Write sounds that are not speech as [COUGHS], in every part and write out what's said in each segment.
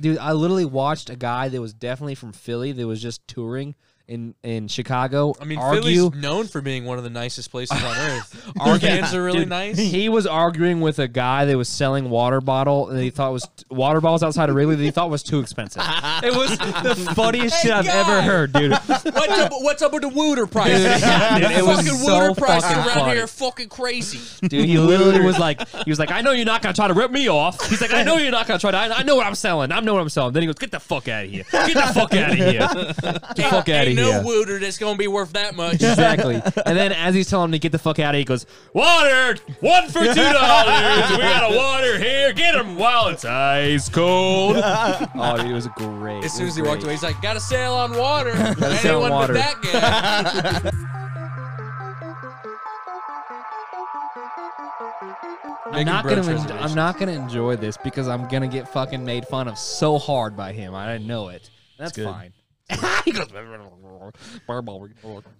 dude, I literally watched a guy that was definitely from Philly that was just touring in in Chicago. I mean, argue. Philly's known for being one of the nicest places [LAUGHS] on earth. Our games are really Dude, nice. He was arguing with a guy that was selling water bottle and he thought was water bottles outside of Wrigley that he thought was too [LAUGHS] expensive. it was the funniest shit I've ever heard, dude. What's up, what's up with the Wooter prices? Dude, it was fucking so Wooter prices fucking around funny. [LAUGHS] here are fucking crazy. [LAUGHS] Dude, he literally was like, he was like, I know you're not gonna try to rip me off. He's like, I know you're not gonna try to. I, I know what I'm selling. I know what I'm selling. Then he goes, get the fuck out of here. Get the fuck out of here. Get the fuck out of Ain't no here. Wooter that's gonna be worth [LAUGHS] that much. Exactly. And then as he's telling him to get the fuck out of here, he goes, Water! One for two dollars! We got a water here! Get him while it's ice cold! oh, dude, it was great. As soon as he walked away, he's like, "Got a sale on water." Anyone sale on water. but that guy. I'm Making not, brunch gonna en- reservations. I'm not gonna enjoy this because I'm gonna get fucking made fun of so hard by him. I know it. That's good. fine. he goes,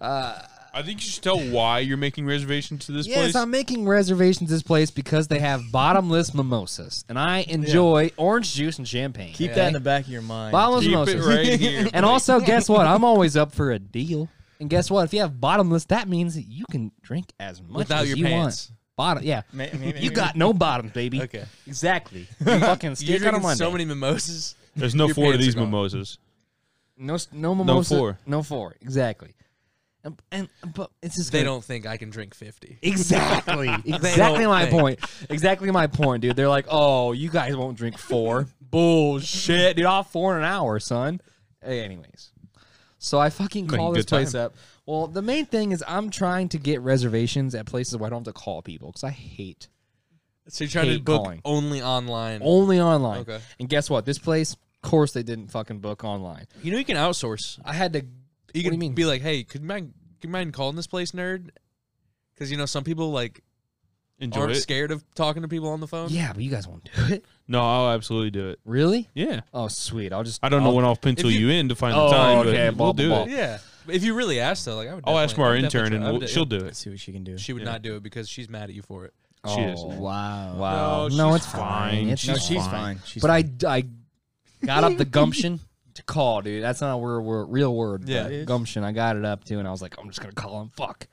uh, I think you should tell why you're making reservations to this Yes, place. I'm making reservations this place because they have bottomless mimosas, and I enjoy orange juice and champagne. Keep that in the back of your mind. Bottomless Keep it mimosas. [LAUGHS] right here. And also, guess what? [LAUGHS] I'm always up for a deal. And guess what? If you have bottomless, that means that you can drink as much Without as your you pants. want. Bottom, yeah. May- may- may- you got no bottoms, baby. Okay. [LAUGHS] exactly. You fucking stick on You're a drinking Monday. so many [LAUGHS] mimosas. [LAUGHS] There's no Your four of pants are these gone. mimosas. no, s- no mimosa. four. No four. Exactly. And, and but it's just They gonna- don't think I can drink fifty. Exactly. exactly don't my think. point. Exactly my point, dude. They're like, oh, you guys won't drink four. Bullshit, dude. I'll have four in an hour, son. Hey, anyways. So I fucking Making call this good time. place up. Well, the main thing is I'm trying to get reservations at places where I don't have to call people because I hate So you're trying to Hate book calling. only online. only online. Okay. And guess what? This place, of course, they didn't fucking book online. You know you can outsource. I had to. You what can do you mean? be like, "Hey, could you mind could you mind calling this place nerd?" Because you know some people like Enjoy aren't it. scared of talking to people on the phone. yeah, but you guys won't do it. No, I'll absolutely do it. Really? Yeah. Oh, sweet. I'll just. I don't know I'll- when I'll pencil you- you, in to find Oh, the time, but okay, blah, we'll blah, do blah. it. Yeah. If you really asked though, like I would. I'll ask definitely- I our would intern, definitely and try- I would we'll, de- she'll yeah. do it. see what she can do. She would not do it because she's mad at you for it. [LAUGHS] She is. Oh, Wow. Wow. No, No, she's it's fine. fine. It's She's No, fine. she's fine. fine. She's But fine. I, I got up the gumption to call, dude. That's not a word, word- real word. but Yeah, it is. gumption. I got it up too, and I was like, I'm just gonna call him. Fuck.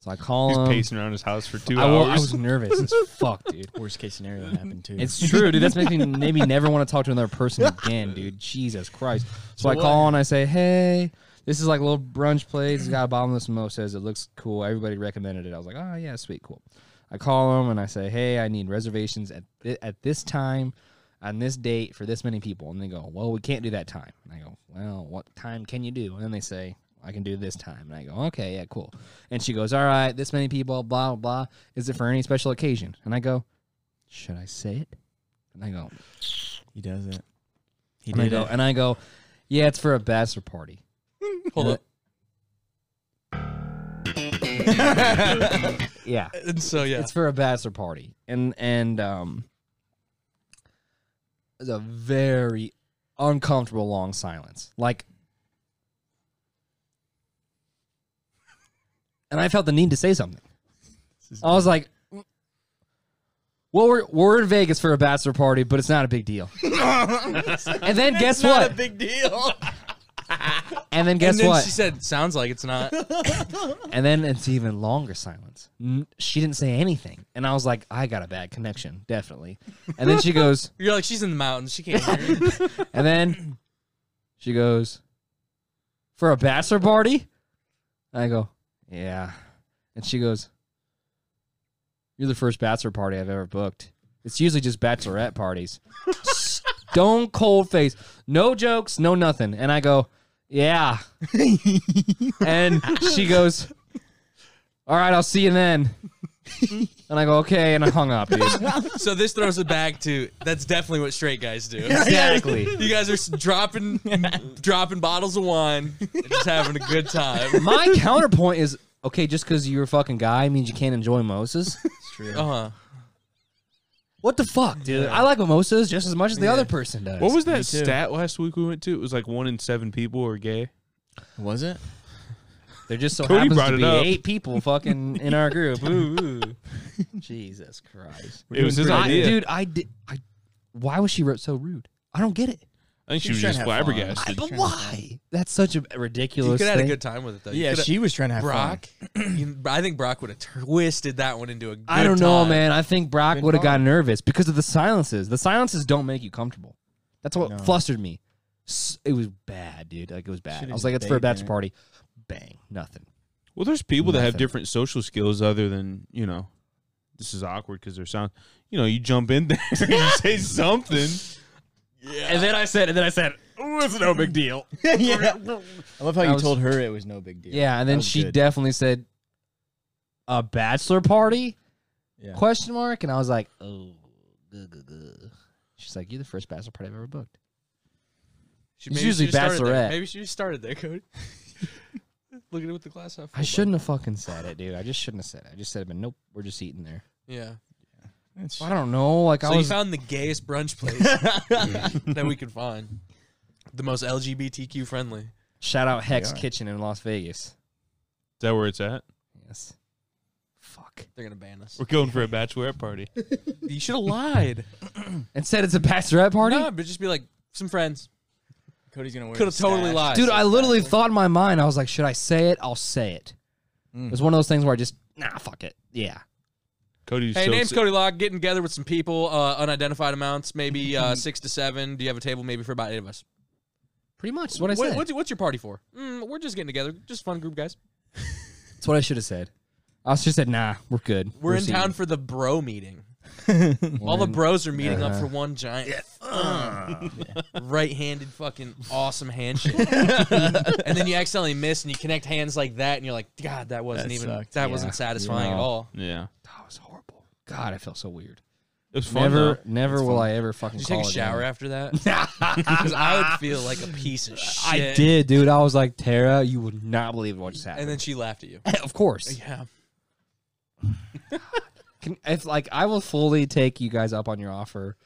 So I call He's him. pacing around his house for two I, wa- I hours. was nervous as [LAUGHS] fuck, dude. Worst case scenario happened too. It's true, dude. That's making me [LAUGHS] maybe never want to talk to another person again, dude. Jesus Christ. So I call and I say, hey. This is like a little brunch place. It's got a bottomless mimosas. It looks cool. Everybody recommended it. I was like, oh, yeah, sweet, cool. I call them and I say, hey, I need reservations at, thi- at this time on this date for this many people. And they go, well, we can't do that time. And I go, well, what time can you do? And then they say, I can do this time. And I go, okay, yeah, cool. And she goes, all right, this many people, blah, blah, blah. Is it for any special occasion? And I go, should I say it? And I go, he does it. He and I did go, it. and I go, yeah, it's for a bachelor [LAUGHS] party. Hold Yeah. up. [LAUGHS] Yeah. And so yeah, It's for a bachelor party. And and um it was a very uncomfortable long silence. Like And I felt the need to say something. I was like well, we're, we're in Vegas for a bachelor party, but it's not a big deal. [LAUGHS] and then guess what? big deal. and then and guess then what? she said, "Sounds like it's [LAUGHS] not." And then it's even longer silence. N- She didn't say anything. And I was like, I got a bad connection, definitely. And then she goes, You're like, she's in the mountains. She can't hear. you." and then she goes, For a bachelor party? And I go, Yeah. And she goes, You're the first bachelor party I've ever booked. It's usually just bachelorette parties. [LAUGHS] Stone cold face. No jokes, no nothing. And I go, Yeah. and she goes, All right, I'll see you then. and I go, Okay. And I hung up, dude. so this throws it back to that's definitely what straight guys do. Exactly. You guys are s- [LAUGHS] dropping dropping bottles of wine, and just having a good time. My counterpoint is okay, just because you're a fucking guy means you can't enjoy mimosas. It's true. Uh huh. What the fuck, dude? I like mimosas just as much as the other person does. What was that too. stat last week we went to? It was like one in seven people are gay. Was it? There just so Cody happens brought to it be up. eight people fucking in our group. Ooh, ooh. [LAUGHS] Jesus Christ, it was his I, idea. dude! I did. I, why was she ru- so rude? I don't get it. I think she, She was was just trying to have fun. flabbergasted. but why? That's such a You ridiculous could have had a thing. good time with it though. You yeah, coulda- she was trying to have Brock. you- I think Brock would have twisted that one into a. Good I don't know, time. man. I think Brock Good would have call. got nervous because of the silences. The silences don't make you comfortable. That's what No. flustered me. S- It was bad, dude. Like it was bad. Should've I was just like, it's for a stayed there. bachelor party. Bang, nothing. Well, there's people that have Nothing. different social skills other than you know. This is awkward because they're sound. You know, you jump in there, [LAUGHS] you [LAUGHS] say something. And then I said, and then I said, "Ooh, it's no big deal. fun. yeah. [LAUGHS] I love how That you was- told her it was no big deal. [LAUGHS] Yeah, and then That was she good. definitely said, "A bachelor party?" Yeah. Question mark. And I was like, "Oh, good, good, good." She's like, "You're the first bachelor party I've ever booked." She, It's maybe she usually just started there. bachelorette. Maybe she just started there, Cody. [LAUGHS] Look at it with the glass half. I full, bud. shouldn't have fucking said it, dude. I just shouldn't have said it. I just said it, but nope, we're just eating there. Yeah. It's- I don't know. Like So I you was, found the gayest brunch [LAUGHS] place that we could find, the most LGBTQ friendly. shout out Hex Yeah. Kitchen in Las Vegas. Is that where [LAUGHS] it's at? Yes. Fuck. They're gonna ban us. We're going for a bachelorette party. You should have lied. And said it's a bachelorette [LAUGHS] party. No, but just be like some friends. Cody's gonna wear. Could have the totally stash. lied, Dude, I literally thought in my mind, I was like, should I say it? I'll say it. Mm. It was one of those things where I just, nah, fuck it. Yeah. Cody's Hey, so name's exci- Cody Lock. Getting together with some people, uh, unidentified amounts, [LAUGHS] maybe uh, six to seven. Do you have a table? Maybe for about eight of us. Pretty much. That's what I said. what's, what's your party for? Mm, we're just getting together, just fun group guys. That's what I should have said. I was just said, nah, we're good. We're in seeing town you." for the [LAUGHS] bro meeting. All the bros are meeting Uh-huh. up for one giant [LAUGHS] right-handed fucking awesome handshake. [LAUGHS] and then you accidentally miss and you connect hands like that and you're like, God, that wasn't That even sucked. that Yeah. wasn't satisfying at No. all. Yeah, That was horrible. God, I felt so weird. it was fun. never, though. never will I ever fucking Did you call take a it shower down. [LAUGHS] after that? [LAUGHS] 'Cause I would feel like a piece of I shit. did, dude. I was like, Tara, you would not believe what just And happened. then she laughed at you. [LAUGHS] of course. Yeah. Can, if like I will fully take you guys up on your offer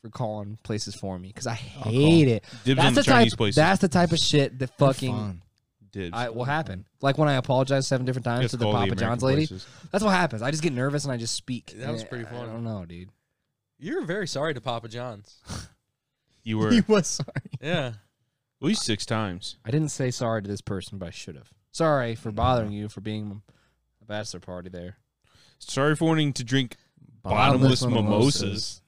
for calling places for me because I hate it. Dibs on the the Chinese type, places. That's the type of shit that fucking Fun. Dibs. I, will happen. Like when I apologize seven different times It's to the called the Papa American John's lady. places. That's what happens. I just get nervous and I just speak. That was And pretty I funny. don't know, [LAUGHS] dude. You're very sorry to Papa John's. You were He at was sorry. Yeah. least six times. I didn't say sorry to this person, but I should have. Sorry for bothering you for being a bachelor party there. Sorry for wanting to drink bottomless, mimosas.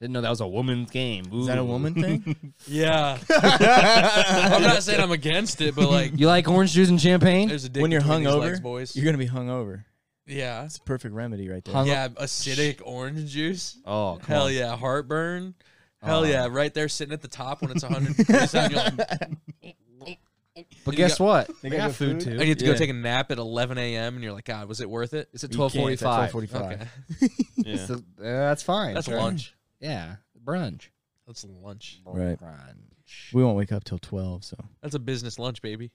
Didn't know that was a woman's game. Is that a woman thing? Yeah. I'm not saying I'm against it, [LAUGHS] but like [LAUGHS] You like orange juice and champagne? there's a dick when you're between these legs, hungover, boys. you're gonna be hungover. yeah. It's a perfect remedy right there. Hung- Yeah, acidic orange juice. Oh, come Hell on. yeah, heartburn. Hell yeah, right there sitting at the top when it's 100 degrees. and you're like, But You guess got- what? They got good food? I need to go Yeah. take a nap at 11 a.m. and you're like, God, was it worth it? It's at You can't, twelve it's at forty-five. 12:45. Okay, Yeah. It's the- uh, that's fine. that's Sure. lunch. Yeah, brunch. That's lunch. Right. Brunch. We won't wake up till twelve, so That's a business lunch, baby.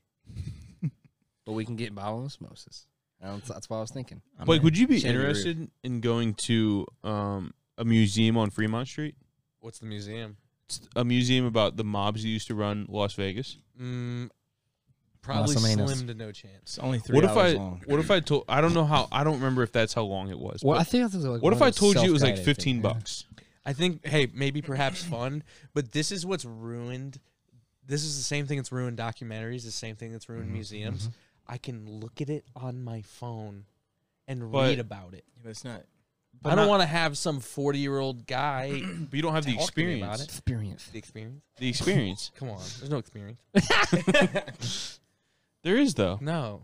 But we can get bottomless mimosas. That's, that's what I was thinking. I'm Blake, in. would you be Should've been rude. interested in going to um, a museum on Fremont Street? What's the museum? It's a museum about the mobs that used to run Las Vegas. Mm, probably Más o menos. slim to no chance. It's only three what if hours I? long. What if I told? I don't know how. I don't remember if that's how long it was. Well, but I think that's like what one if of I those told you it was like self-guided fifteen things, yeah. bucks? I think, hey, maybe perhaps fun, but this is what's ruined. This is the same thing that's ruined documentaries, the same thing that's ruined museums. I can look at it on my phone and But- read about it. But it's not. I don't not- want to have some 40 year old guy But you don't have the Talk to me experience. about it. Experience. the experience. The experience. Come on, there's no experience. There is [LAUGHS] though. No.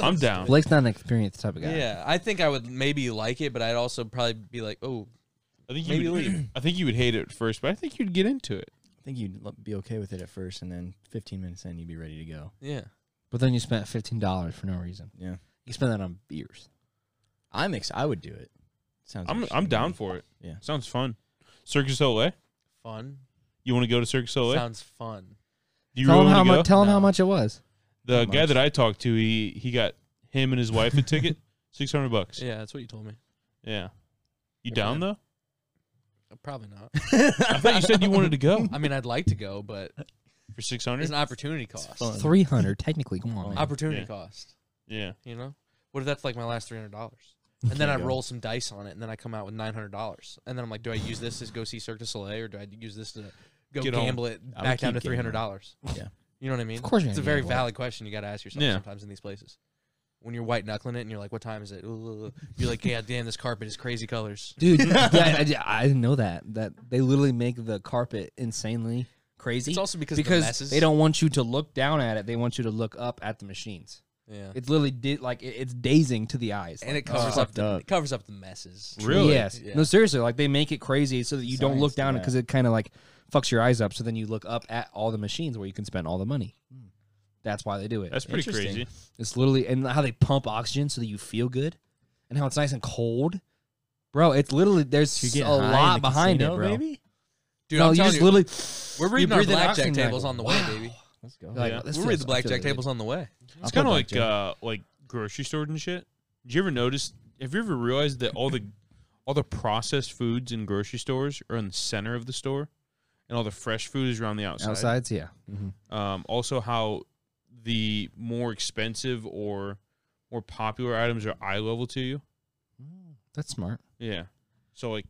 I'm down. Blake's not an experienced type of guy. Yeah. I think I would maybe like it, but I'd also probably be like, oh, I think Maybe you would, leave. I think you would hate it at first, but I think you'd get into it. I think you'd lo- be okay with it at first, and then 15 minutes in, you'd be ready to go. yeah. But then you spent fifteen dollars for no reason. Yeah, You spend that on beers. I'm ex- I would do it. Sounds. I'm interesting I'm to down me. for it. Yeah. Sounds fun. Circus Soleil. Fun. You want to go to Circus Soleil? Sounds fun. Do you tell really him how want to go? much. Tell him how No. much it was. the Not guy much. that I talked to, he he got him and his wife a ticket, [LAUGHS] six hundred bucks. Yeah. Yeah, that's what you told me. You Good for down him. though? Uh, Probably not. I thought you said you wanted [LAUGHS] to go I mean, I'd like to go, but for six it's hundred. an opportunity cost. fun. Three hundred technically. Come on. man. Opportunity Yeah. cost. Yeah. You know, what if that's like my last three hundred dollars? And then I There you go. roll some dice on it, and then I come out with nine hundred dollars. And then I'm like, do I use this to go see Cirque du Soleil, or do I use this to go Get on. gamble it I would back down to keep three hundred gambling. dollars. Yeah. you know what I mean. Of course you're it's a gonna very gamble it. valid question you got to ask yourself Yeah. sometimes in these places. When you're white knuckling it and you're like, "What time is it?" Ooh, you're like, "Yeah, damn, this carpet is crazy colors." dude. [LAUGHS] yeah, I, I didn't know that. That they literally make the carpet insanely crazy. It's also because, because the messes. they don't want you to look down at it; they want you to look up at the machines. Yeah, It's literally di- like it- it's dazing to the eyes. Uh. and it Like, covers oh, up the fucked up. it covers up the messes. Really? Yes. Yeah. No, seriously. Like they make it crazy so that you don't look Science to down that. because it kind of like fucks your eyes up. So then you look up at all the machines where you can spend all the money. Hmm. That's why they do it. That's pretty Interesting. crazy. It's literally and how they pump oxygen so that you feel good, and how it's nice and cold, bro. It's literally You're there's getting a high in lot the behind casino, it, bro. Baby? Dude, no, I'm you telling just you, literally we're you reading our breathe in blackjack oxygen, tables like, on the way, wow. baby. Let's go. like, Yeah. this feels- We'll read I the feel blackjack good. tables on the way. I'll It's kind play of like blackjack. uh, like grocery stores and shit. Did you ever notice? Have you ever realized that all the all the processed foods in grocery stores are in the center of the store, and all the fresh food is around the outside? Outsides, yeah. Mm-hmm. Um, also, how the more expensive or more popular items are eye level to you. That's smart. Yeah. So like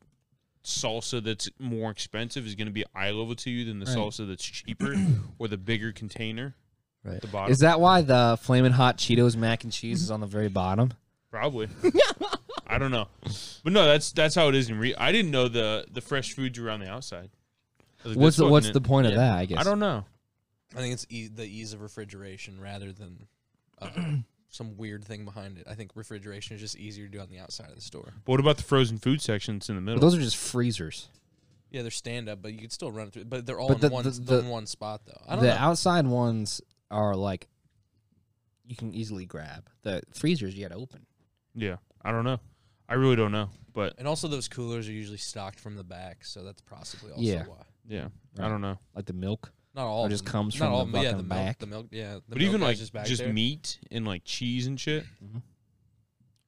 salsa that's more expensive is going to be eye level to you than the Right. salsa [COUGHS] that's cheaper or the bigger container. Right. At the bottom. Is that why the flaming hot Cheetos mac and cheese is on the very bottom? [LAUGHS] Probably. I don't know, but no, that's that's how it is in re. I didn't know the the fresh foods were on the outside. I was like, What's that's the what's fucking the it. point of Yeah. that? I guess I don't know. I think it's e- the ease of refrigeration rather than uh, some weird thing behind it. I think refrigeration is just easier to do on the outside of the store. But what about the frozen food section that's in the But middle? those are just freezers. Yeah, they're stand up, but you could still run it through. But they're all But in the- one the- they're in the- one spot though. I The don't know. outside ones are like you can easily grab. The freezers you got to open. yeah, I don't know. I really don't know. But and also those coolers are usually stocked from the back, so that's possibly also Yeah. why. yeah, Right. I don't know. Like the milk. Not all Or of just them. comes Not from the all of them, but yeah, the fucking milk, back. the milk, yeah. The but milk even guy's like just just, back there. Mm-hmm. meat and like cheese and shit. Mhm.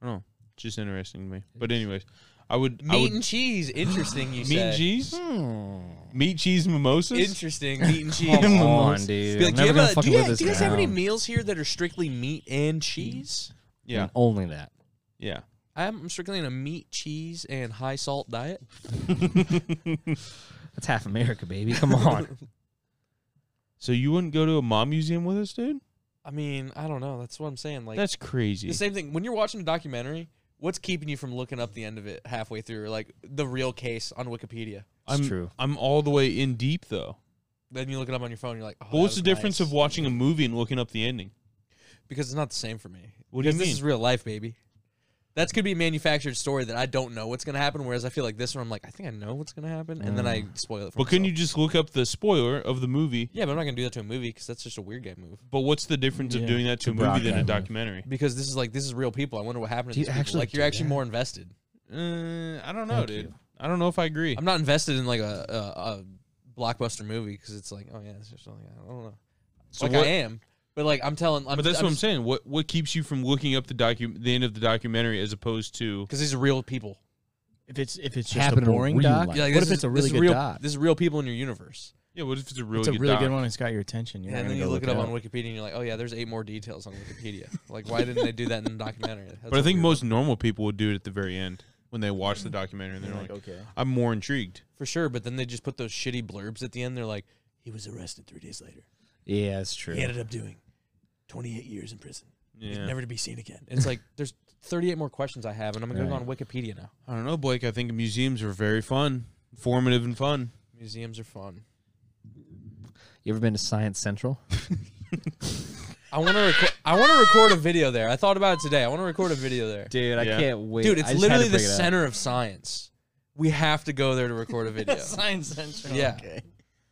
I don't know. It's just interesting to me. But anyways, I would I meat would- and cheese. eh? Interesting, you meat said. and cheese, Hmm. meat cheese mimosas. Interesting, meat and [LAUGHS] cheese. Come on, Almost. dude. I'm Be like, do never you, gonna have a, do, fucking you, live this do you guys have any down. meals here that are strictly meat and cheese? yeah, And Only that. yeah. I'm strictly on a meat, cheese, and high salt diet. That's half America, baby. Come [LAUGHS] on. So you wouldn't go to a mom museum with us, dude? I mean, I don't know. That's what I'm saying. Like That's crazy. the same thing. When you're watching a documentary, what's keeping you from looking up the end of it halfway through, or like the real case on Wikipedia? It's I'm, true. I'm all the way in deep though. Then you look it up on your phone. You're like, oh, But that what's the was difference nice. of watching a movie and looking up the ending? Because it's not the same for me. What do you Because This mean? is real life, baby. That's gonna be a manufactured story that I don't know what's gonna happen. Whereas I feel like this one, I'm like, I think I know what's gonna happen, and then I spoil it. For Mm. But couldn't you myself. just look up the spoiler of the movie? Yeah, but I'm not gonna do that to a movie because that's just a weird guy move. But what's the difference of Yeah. doing that to a To movie than a broadcast. documentary? Because this is like this is real people. I wonder what happened. To Do you these people. actually like you're do actually that? more invested. Uh, I don't know, Thank dude. you. I don't know if I agree. I'm not invested in like a a, a blockbuster movie because it's like, oh yeah, it's just something I don't know. So like what- I am, but like I'm telling, I'm, but that's what I'm just- saying. What what keeps you from looking up the docu- the end of the documentary as opposed to Because these are real people. If it's if it's just a Happen in boring real doc, life. Yeah, like, what this if is- it's a this really is good real, doc? This is real people in your universe. yeah? What if it's a really it's a good really doc? good one. It's got your attention. You're Yeah, not and then you gonna go look it up on up. Wikipedia, and you're like, oh yeah, there's eight more details on Wikipedia. like, why didn't they do that in the documentary? That's But I a think weird- most normal people would do it at the very end when they watch the documentary and they're like, okay. "I'm more intrigued." for sure. But then they just put those shitty blurbs at the end. They're like, he was arrested three days later. yeah, it's true. He ended up doing 28 years in prison, Yeah, never to be seen again. And it's like there's 38 more questions I have, and I'm gonna go Right. on Wikipedia now. I don't know, Blake. I think museums are very fun, formative, and fun. Museums are fun. You ever been to Science Central? I want to record. I want to record a video there. I thought about it today. I want to record a video there, Dude, I Yeah. can't wait. dude. It's literally the center of science. We have to go there [LAUGHS] to record a video. Science Central. Yeah. Okay.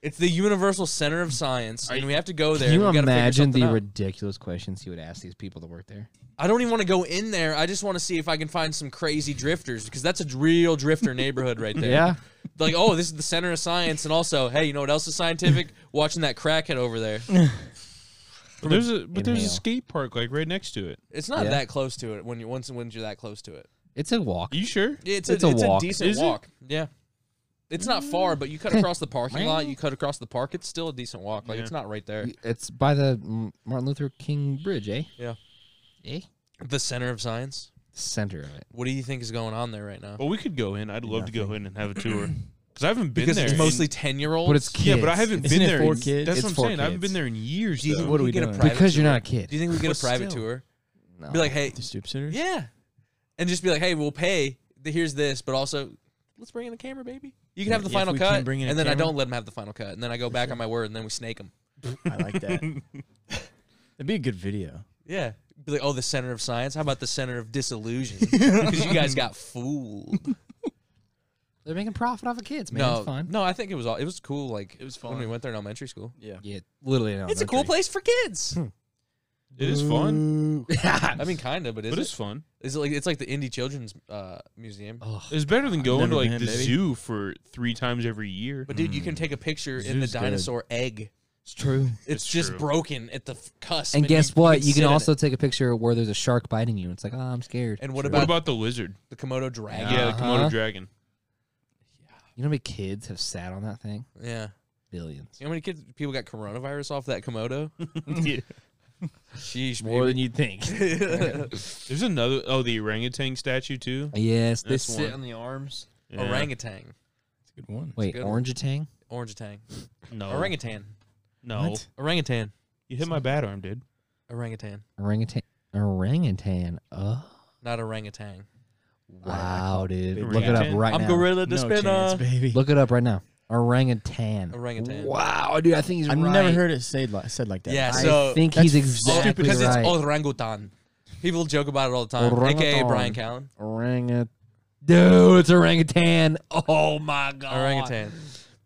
it's the universal center of science, and we have to go there. Can you and we gotta figure imagine something the out. ridiculous questions he would ask these people that work there? I don't even want to go in there. I just want to see if I can find some crazy drifters because that's a real drifter neighborhood right there. Yeah. Like, oh, this is the center of science, and also, hey, you know what else is scientific? Watching that crackhead over there. But there's a but there's a Inhale. skate park like right next to it. It's not Yeah. that close to it when you once when you're that close to it. It's a walk. You sure? It's, It's a, a it's walk. a decent Is it? walk. Yeah. It's not far, but you cut across the parking lot, you cut across the park, it's still a decent walk. Like Yeah. it's not right there. It's by the mm, Martin Luther King Bridge, eh? Yeah. Eh? The center of science. Center of it. Oh, What do you think is going on there right now? Well, we could go in. I'd love to go in and have a tour. because I haven't been because there. it's in- mostly ten year olds. But it's kids. yeah, but I haven't Isn't been it there. for in- kids? That's It's what for I'm saying. I haven't kids. been there in years. Do you think though. What are we we get a doing? private because you're tour? not a kid. Do you think we get But a private still. tour? No. Be like, hey, The stoop sitters. yeah, and just be like, hey, we'll pay. th- Here's this, but also let's bring in the camera, baby. You can have the If final we can cut, bring in a and then I camera. don't let them have the final cut, and then I go back on my word, and then we snake them. I like that. That'd be a good video. Yeah. Be like, oh, the center of science. How about the center of disillusion? Because you guys [LAUGHS] got fooled. they're making profit off of kids, man. no, it's fine. no, I think it was all. It was cool. Like It was when we fun. went there in elementary school. Yeah. Yeah, literally. in It's a cool elementary. place for kids. It is fun, [LAUGHS] [LAUGHS] I mean, kind of, but is but it? it's fun. Is it like it's like the indie children's uh, museum? Ugh. It's better than going to never like been, the baby. zoo for three times every year. But dude, you mm. can take a picture in the Zoo's good. dinosaur egg. It's true. It's, It's just true. broken at the f- cusp. And guess what? You sit can in also it. take a picture where there's a shark biting you. It's like, oh, I'm scared. And what what about, about the lizard? the Komodo dragon? Yeah, the Komodo Uh-huh. dragon. you know how many kids have sat on that thing? Yeah. yeah. Billions. You know how many kids people got coronavirus off [LAUGHS] that Komodo? Sheesh, baby. you'd think. [LAUGHS] There's another. Oh, the orangutan statue too. yes, they That's sit one. on the arms. Yeah. orangutan, It's a good one. Wait, good one. orangutan? orangutan, No. Oh. orangutan, No. What? orangutan, You hit my bad arm, dude. orangutan, Orangutan. Orangutan. Oh. not orangutan. Wow, dude. big Look it up orangutan. right now. I'm gorilla to No spin chance, off. baby. Look it up right now. Orangutan. Orangutan. Wow, dude. I think he's I've right. never heard it said like, said like that. Yeah, I so think That's he's Oh, exactly because right. it's orangutan. People joke about it all the time. AKA Orangutan. Brian Callen. Orangutan. Dude, it's orangutan. Oh my god. Orangutan.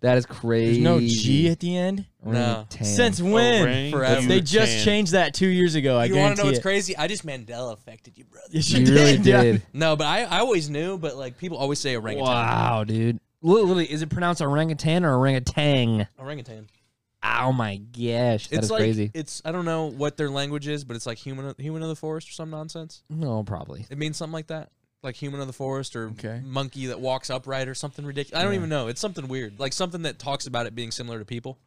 That is crazy. There's no G at the end. Orangutan. Since when? Orang- Forever. you They just can. changed that two years ago. I you want guarantee to know what's it. crazy? I just Mandela affected you, brother. Yes, You really yeah. did. [LAUGHS] No, but I, I always knew, but like people always say orangutan. Wow, dude. Literally, is it pronounced orangutan or orangutan? Orangutan. Oh my gosh, that is it's like crazy. it's I don't know what their language is, but it's like human human of the forest or some nonsense. No, probably. It means something like that. Like human of the forest or Okay. monkey that walks upright or something ridiculous. I don't even know. It's something weird. Like something that talks about it being similar to people.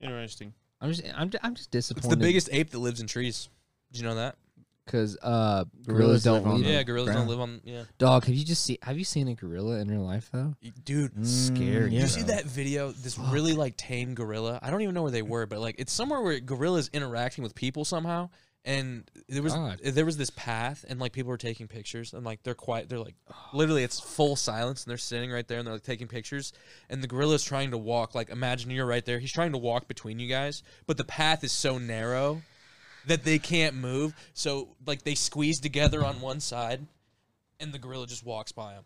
Interesting. I'm just, I'm, ju- I'm just disappointed. It's the biggest ape that lives in trees. Did you know that? because uh, gorillas Gorillas live don't on leave. them. Yeah, gorillas ground. don't live on yeah. Dog, have you just seen? Have you seen a gorilla in real life though? Dude, Mm, Scary. yeah. You see that video? This really like tame gorilla. I don't even know where they were, but like it's somewhere where gorillas interacting with people somehow. And there was God. there was this path, and like people were taking pictures, and like they're quiet. They're like literally it's full silence, and they're sitting right there, and they're like taking pictures. And the gorilla's trying to walk. Like imagine you're right there. He's trying to walk between you guys, but the path is so narrow that they can't move. So like they squeeze together on one side, and the gorilla just walks by him,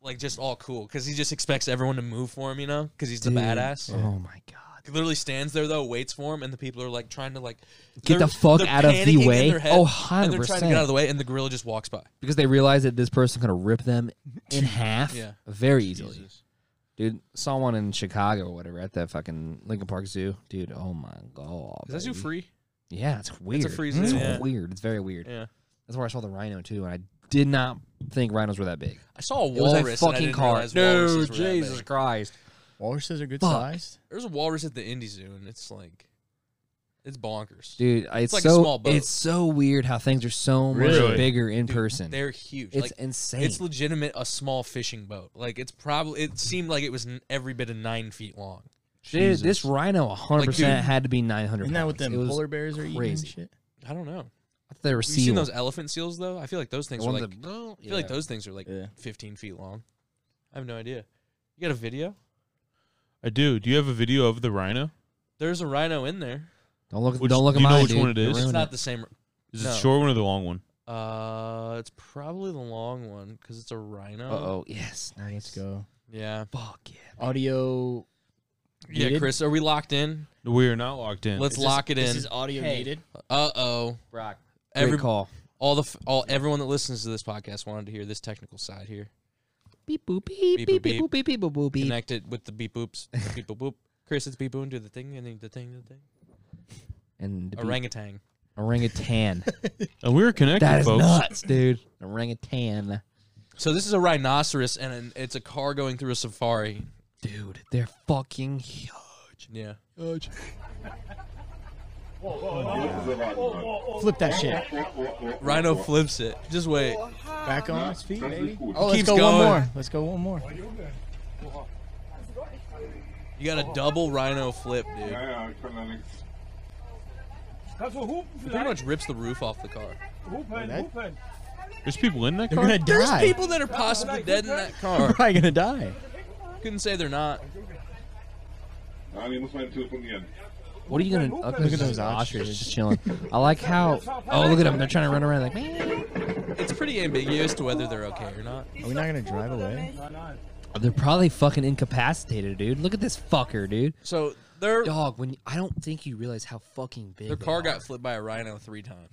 like just all cool because he just expects everyone to move for him, you know, because he's the Dude, badass. Oh my god. He literally stands there though, waits for him, and the people are like trying to like Get the they're- fuck they're out of panicking the in way. their head, Oh, 100 and they're trying to percent. get out of the way, and the gorilla just walks by. because they realize that this person's gonna rip [LAUGHS] them in half Yeah. very easily. Jesus. Dude, saw one in Chicago or whatever at that fucking Lincoln Park Zoo. Dude, oh my god. Is that zoo baby. free? Yeah, it's weird. free It's zoo, yeah. weird. It's very weird. Yeah, That's where I saw the rhino too, and I did not think rhinos were that big. I saw a It was walrus. a and I fucking didn't car. realize walruses were that big. Jesus Christ. Walruses are good Fuck. sized. There's a walrus at the Indy Zoo, and it's like it's bonkers. Dude, I- it's, like a so small boat. it's so weird how things are so much Really? bigger in Dude, person. they're huge. It's like, insane. It's legitimate a small fishing boat. Like it's probably it seemed like it was n- every bit of nine feet long. Dude, this rhino 100% dude- had to be 900 Isn't that what pounds. them It was- polar bears are eating and crazy. shit? I don't know. I thought they were Have you seen seal. those elephant seals though? I feel like those The things are ones like that- I feel like yeah. those things are like Yeah. fifteen feet long. I have no idea. You got a video? I Uh, do. Do you have a video of the rhino? There's a rhino in there. Don't look, Which- don't look do at you know mine, which dude. one it You're is? It's It's ruining not it. the same. Is it No. the short one or the long one? Uh, it's probably the long one because it's a rhino. Uh-oh, yes. Nice. Let's go. Yeah. Fuck yeah. Audio. Yeah, Needed? Chris, are we locked in? We are not locked in. Let's Is this- lock it in. This is audio Hey. needed. uh oh. Brock. Every Every call. all the f- all everyone that listens to this podcast wanted to hear this technical side here. Beep boop beep beep Beep, boop, beep boop beep beep boop boop beep. Connect it with the beep boops. the beep boop boop. Chris, it's beep boop. Do the thing and then the thing, the thing. And the beep. Orangutan. [LAUGHS] orangutan. and we are connected, that is folks. nuts, dude. Orangutan. So this is a rhinoceros and an, it's a car going through a safari. Dude, they're fucking huge. Yeah. Flip that shit. Rhino flips it. Just wait. Back on its feet, baby. Oh, let's Keeps go one going. more. Let's go one more. You got a double rhino flip, dude. Ja, ja, ich kann da nichts. Kannst du Also hupen It pretty vielleicht? much rips the roof off the car. Hupen, that- hupen. There's people in that They're car. gonna There's die. people that are possibly dead in that [LAUGHS] They're car. probably gonna die. Couldn't say they're not. Ja, die muss man telefonieren. What are you gonna? Oh, Look at those ostriches just chilling. I like how. Oh, look at them. They're trying to run around like. Man. It's pretty ambiguous to whether they're okay or not. Are we not gonna drive away? Nein, nein. They're probably fucking incapacitated, dude. Look at this fucker, dude. So their Dog, when I don't think you realize how fucking big. their they car are. got flipped by a rhino [LAUGHS] three times.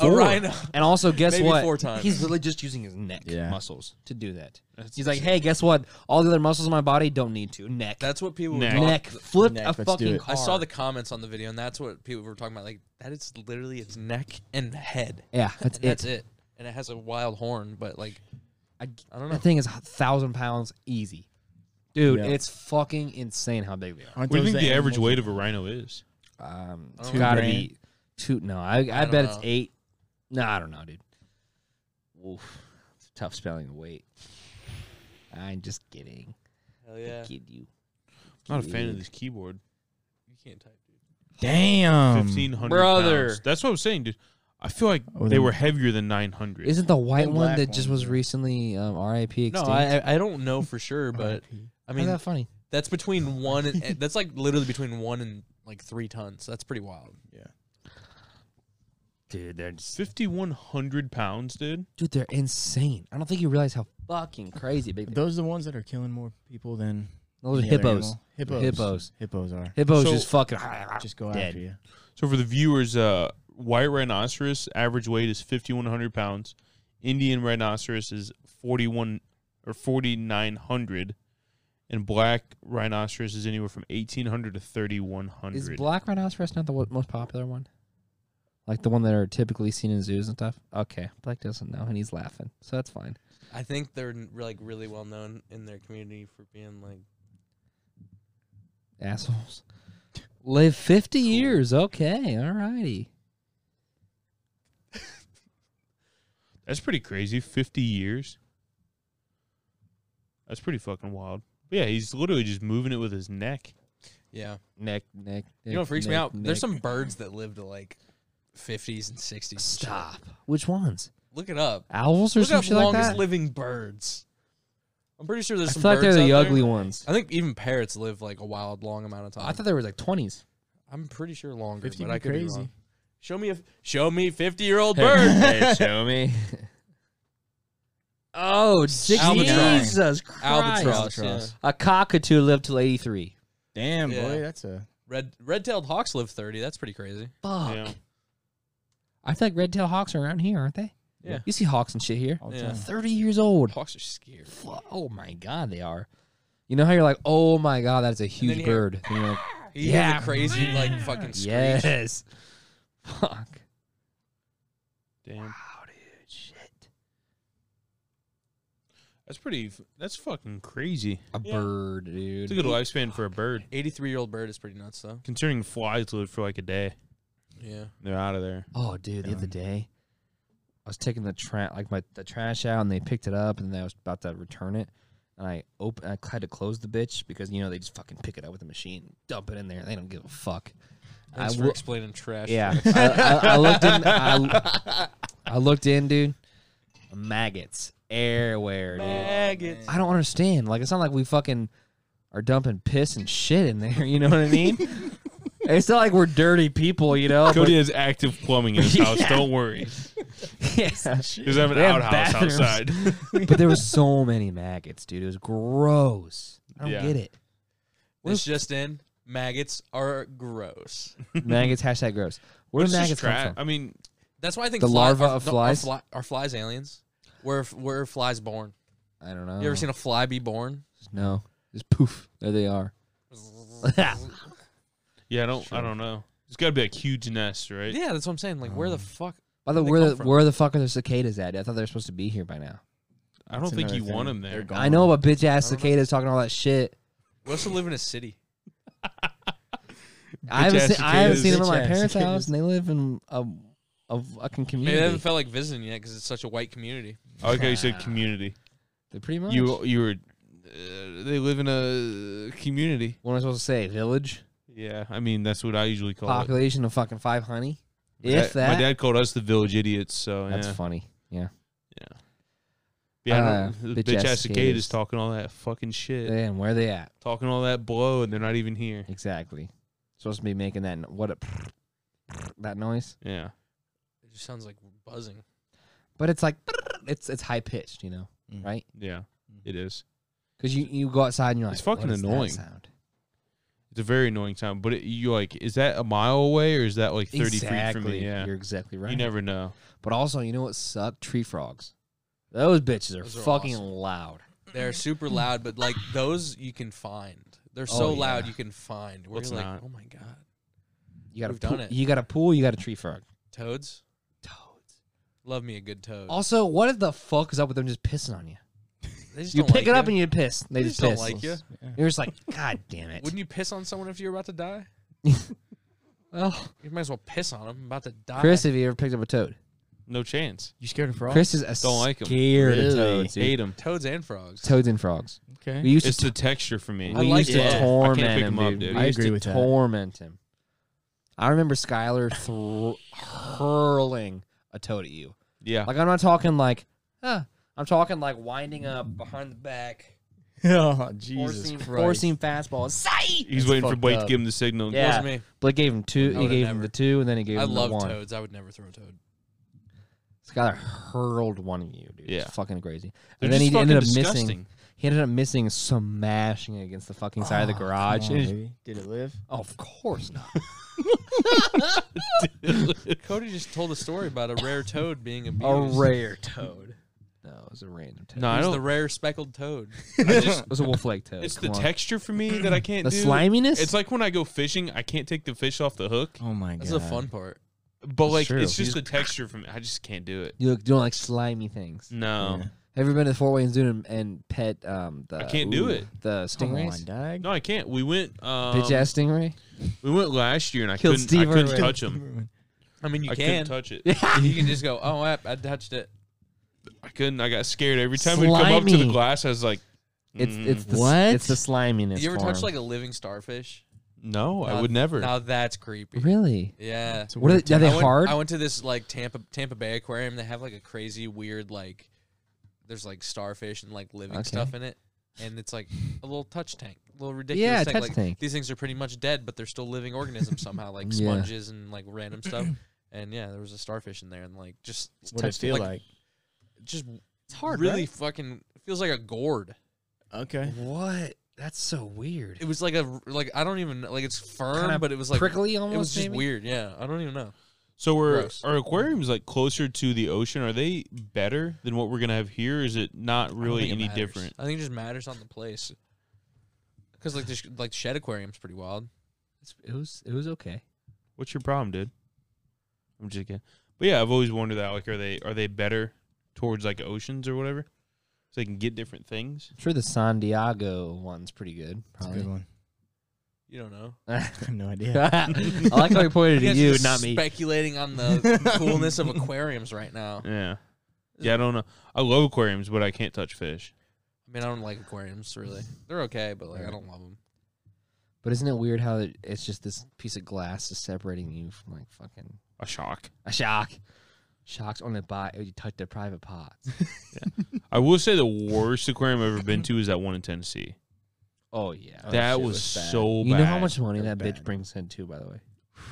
A rhino. And also, guess Maybe what? four times. He's literally just using his neck Yeah. muscles to do that. That's He's like, hey, guess what? All the other muscles in my body don't need to. Neck. That's what people were Neck. talking. neck. Flipped Neck, a let's do fucking it. car. I saw the comments on the video, and that's what people were talking about. Like that is literally its neck and head. Yeah, that's it. That's it. And it has a wild horn, but like I, I don't know. that thing is a thousand pounds easy. Dude, Yeah. it's fucking insane how big they are. What Aren't do you those think the average animals- weight of a rhino is? Um, I it's don't know. gotta Two grand? be two. No, I, I, Oh, don't bet it's know. eight. No, I don't know, dude. Oof, it's tough spelling weight. I'm just kidding. Hell I yeah, kid you. Not a fan of this keyboard. you can't type. Dude. Damn. Fifteen hundred brother. pounds. That's what I was saying, dude. I feel like Oh, they then- were heavier than nine hundred. Isn't the white And one black that just one, was yeah. recently um, RIP extinct? No, I I don't know for sure, but I How's mean that funny? that's between one and and- that's like literally between one and like three tons. That's pretty wild. Dude, they're just, Fifty-one hundred pounds, dude. dude, they're insane. I don't think you realize how fucking crazy big they Those are the ones that are killing more people than Those are any other hippos. animal. Hippos. Hippos. Hippos are. Hippos So- just fucking Just go Dead. after you. So for the viewers, uh, white rhinoceros average weight is fifty-one hundred pounds. Indian rhinoceros is forty-one or forty-nine hundred, and black rhinoceros is anywhere from eighteen hundred to thirty-one Is hundred. black rhinoceros not the wo- most popular one? Like the one that are typically seen in zoos and stuff? Okay. Blake doesn't know and he's laughing. So that's fine. I think they're n- like really well known in their community for being like Assholes. Live 50 years. Okay. All righty. That's pretty crazy. Fifty years. That's pretty fucking wild. But yeah, he's literally just moving it with his neck. yeah. Neck, neck, You know what freaks me neck, out? There's neck. some birds that live to like fifties and sixties. Stop. Which ones? Look it up. Owls or Look some up shit like longest that? living birds. I'm pretty sure there's I some feel like they're birds the out ugly there. ones. I think even parrots live like a wild long amount of time. I thought there was like 20s. I'm pretty sure longer, 50 but be I could be crazy. wrong. Show me a show me fifty year old [LAUGHS] bird. hey, show me. [LAUGHS] Oh, Albatross. Jesus Christ. Albatross, Albatross. yeah. A cockatoo lived till 83. Damn, Yeah. boy, that's a red red tailed hawks live thirty. That's pretty crazy. Fuck. Yeah. I feel like red tail hawks are around here, aren't they? Yeah. You see hawks and shit here. all Yeah. time. 30 years old. Hawks are scared. Fu- Oh my God, they are. You know how you're like, oh my God, that's a then huge you hear- [LAUGHS] bird. And you're like, You hear Yeah. the crazy like fucking screech. yes. Fuck. Damn. Wow, dude. Shit. That's pretty. That's fucking crazy. A bird, dude. It's a good lifespan for a bird. Eighty three year old bird is pretty nuts though. Considering flies live for like a day, Yeah. they're out of there. Oh, dude, the other Um, day, I was taking the trash, like my the trash out, and they picked it up, and I was about to return it, and I open, I had to close the bitch because you know they just fucking pick it up with a machine, dump it in there, they don't give a fuck. Thanks I for wo- explaining trash. yeah, [LAUGHS] I, I, I looked in, I, I looked in, dude, maggots everywhere, dude. Maggots. I don't understand. Like it's not like we fucking are dumping piss and shit in there. [LAUGHS] You know what I [LAUGHS] mean? it's not like we're dirty people, you know. Cody has active plumbing in his [LAUGHS] house. Yeah. Don't worry. [LAUGHS] Yeah. Because I have an They have outhouse bathrooms. [LAUGHS] outside. but there was so many maggots, dude. It was gross. I don't Yeah. get it. It's just in. Maggots are gross. Maggots hashtag gross. Where do It's just maggots come trap. from? I mean, That's why I think The fly- larva are- of no, flies? are, fly- are flies aliens. Where f- where are flies born? I don't know. You ever seen a fly be born? No. Just poof. There they are. yeah, I don't. I don't know. It's got to be like huge nest, right? Yeah, that's what I'm saying. Like, Oh. where the fuck? By the Where'd they way, where come the, from? where the fuck are the cicadas at? I thought they were supposed to be here by now. I don't That's think another you thing. want them They're there. gone. I know about bitch ass I don't know. cicadas talking all that shit. We also live in a city. I haven't, Bitch-ass seen, I haven't cicadas. seen them at my Bitch-ass parents' house, cicadas. and they live in a, a fucking Maybe they haven't community. felt like Oh, visiting yet because it's such a white community. [LAUGHS] I like how you said community. They're pretty much. You you were Uh, they live in a community. What am I supposed to say? Village Yeah, I mean that's what I usually call it. population of fucking five hundred. My If dad- that, my dad called us the village idiots. So that's yeah. funny. Yeah, Yeah, I Uh, don't- the bitch bitch ass ass cicadas cicadas. talking all that fucking shit, and where they at talking all that blow, and they're not even here. exactly? Supposed to be making that n- what a [LAUGHS] that noise, Yeah, It just sounds like buzzing. but it's like [LAUGHS] it's it's high pitched, you know, Mm. right? yeah, it is. Because you you go outside and you're like, It's fucking "What is that annoying. sound?" It's a very annoying sound. But it, you like, is that a mile away or is that like thirty feet from Exactly. me? Yeah, you're exactly right. you never know. But also, you know what sucked? Tree frogs. Those bitches are, Those are fucking awesome. loud. They're super loud, but like those you can find. They're so Oh, loud yeah. you can find. We're What's like, not? oh my god, You got We've a done pool, it. you got a pool, you got a tree frog. toads. Toads. Love me a good toad. Also, what the fuck is up with them just pissing on you? They just You don't pick like it up you. and you piss. They, They just, just don't piss. like you. You're just like, [LAUGHS] God damn it. Wouldn't you piss on someone if you were about to die? well, You might as well piss on them. I'm about to die. Chris, have you ever picked up a toad? No chance. You scared of frogs? Chris is a Don't like 'em. scared of Really? toads. dude. Hate them. toads and frogs. Toads and frogs. [LAUGHS] Okay. [LAUGHS] We used It's to. the texture for me. we like used to that. I can't torment pick him, 'em up, dude. dude. We I used agree to with that. torment him. I remember Skylar thr- hurling a toad at you. yeah, Like I'm not talking like, huh. I'm talking like winding up behind the back, oh, Jesus four-seam, Christ. four-seam fastball. Say! he's It's waiting for fucked Blake to up. give him the signal. Yeah. Wasn't me. Blake gave him two. I He would've gave him never. the two, and then he gave I him love the one. toads. I would never throw a toad. Skylar hurled one of you, dude. Yeah. It's fucking crazy. They're and then just he ended up fucking missing. disgusting. He ended up missing, smashing it against the fucking side of the garage. Come on, It- baby. Did it live? oh, of course not. Cody just told a story about a rare toad being a abused. rare toad. No, it was a random toad. No, I He's don't. the rare speckled toad. I just, it was a wolf lake toad. it's the Come on. texture for me that I can't. The do. sliminess. It's like when I go fishing, I can't take the fish off the hook. Oh my That's god. the fun part. But like, true. it's just He's- the texture for me. I just can't do it. you look- you don't like slimy things. No, Yeah. Have you ever been to the Fort Wayne Zoo and, and pet um the I can't do ooh, it. the Come on, stingrays? Dag. no, I can't. We went. Um, Bitch ass stingray. We went last year and I Killed couldn't. Steve I couldn't Irwin. touch him. I mean, you I can. couldn't touch it. you can just go. Oh, I, I touched it. I couldn't. I got scared every time we would come up to the Slimy. glass. I was like, It's mm, it's the, s- What? It's the sliminess. you ever for touch him. like a living starfish? no. I Now- would never. Now that's creepy. really? Yeah. It's a What are weird they, are they I went, hard? I went to this like Tampa Tampa Bay aquarium. They have like a crazy weird like there's like starfish and like living Okay. stuff in it, and it's like a little touch tank, a little ridiculous. Yeah, tank. touch like, tank. These things are pretty much dead, but they're still living organisms somehow, like [LAUGHS] Yeah. sponges and like random stuff. And yeah, there was a starfish in there, and like just What did it touched- feel like? Just it's hard. really fucking feels like a gourd. Okay. What? That's so weird. It was like a like I don't even like it's firm, Kinda but it was like prickly It almost. was just maybe? weird. Yeah, I don't even know. so we're Gross. our aquariums like closer to the ocean. Are they better than what we're gonna have here? Is it not I don't really think it any matters. different? I think it just matters on the place. Because like the sh- like shed aquarium's pretty wild. It's- It was. It was okay. What's your problem, dude? I'm just kidding. But yeah, I've always wondered that. Like, are they are they better towards like oceans or whatever? So they can get different things. I'm sure the San Diego one's pretty good. That's a [LAUGHS] good Probably. one. You don't know. I have no idea. I like how he pointed guys at are you, just not me. Speculating on the coolness of aquariums right now. Yeah. Yeah, I don't know. I love aquariums, but I can't touch fish. I mean, I don't like aquariums really. They're okay, but like I don't love them. But isn't it weird how it, it's just this piece of glass is separating you from like fucking A shock. a shock? Shocks on the bot. You touch the private pots. I will say the worst aquarium I've ever been to is that one in Tennessee. Oh yeah. that shit was, was bad. so bad. you know how much money that bitch bad. brings in too, by the way.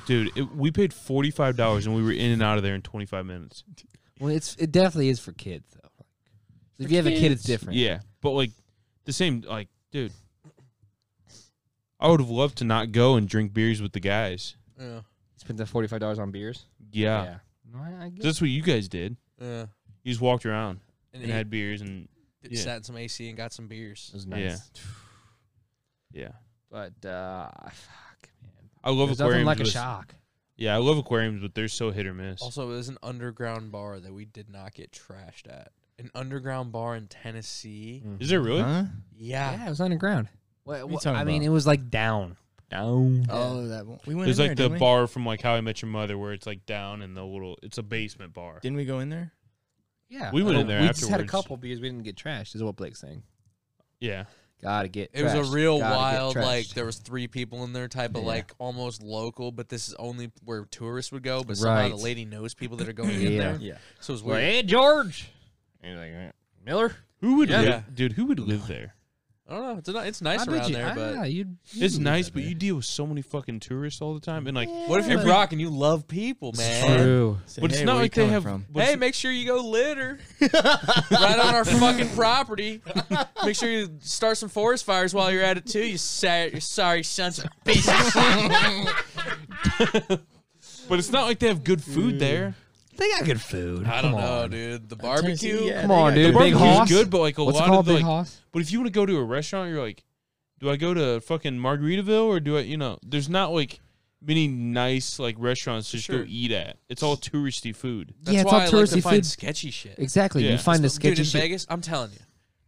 dude? It, we paid forty five dollars and we were in and out of there in twenty five minutes. Well, it's it definitely is for kids though. If you have a kid, it's different. Yeah, but like the same, like dude, I would have loved to not go and drink beers with the guys. Yeah, Spent the forty five dollars on beers. Yeah, No, I, I get that's what you guys did. yeah. You just walked around And, and he had beers and d- yeah. sat in some AC and got some beers. it was nice. yeah. But uh, fuck, man. I love There's nothing aquariums. like a with- shock. Yeah, I love aquariums, but they're so hit or miss. Also, it was an underground bar that we did not get trashed at. An underground bar in Tennessee. Is there really? Huh? Yeah. Yeah, it was underground. What, you what, talking I mean, about? it was like down, down. Oh, that one. We went There's in like there, the didn't we? bar from like How I Met Your Mother, where it's like down in the little. It's a basement bar. Didn't we go in there? Yeah, We went in there We just had a afterwards. couple because we didn't get trashed. Is what Blake's saying. Yeah, Gotta get. It was a trashed. real Gotta get wild, trashed. like there was three people in there, type of Yeah. like almost local, but this is only where tourists would go. But somehow Right. the lady knows [CLEARS THROAT] people that are going in Yeah. there, Yeah. so it was Well, weird. hey George. And you're like "Eh, Miller. Who would Yeah. live, Yeah. dude? Who would live there? I don't know. It's, not, it's nice I bet around you- there, but ah, you'd- you'd It's live nice, out but there. you deal with so many fucking tourists all the time, and like, what if you're every- Brock and you love people, man? True. Say, But it's "Hey, not where you like they coming have. From? but Hey, it's- make sure you [LAUGHS] go litter right on our fucking property. Make sure you start some forest fires while you're at it too. You sorry, sorry sons of [LAUGHS] bitches. but it's not like they have good food there. They got good food. I Come don't know, on. dude. The Tennessee, barbecue. yeah, Come they on, got dude. good Big food. Hoss. It's good, but like a What's it lot called, of the, Big like, Hoss? But if you want to go to a restaurant, you're like, do I go to fucking Margaritaville or do I, you know, there's not like many nice like restaurants to just Sure. go eat at. It's all touristy food. That's Yeah, it's why all I like to touristy find food. sketchy shit. Exactly. Yeah. You find the sketchy Dude, in shit. Vegas, I'm telling you,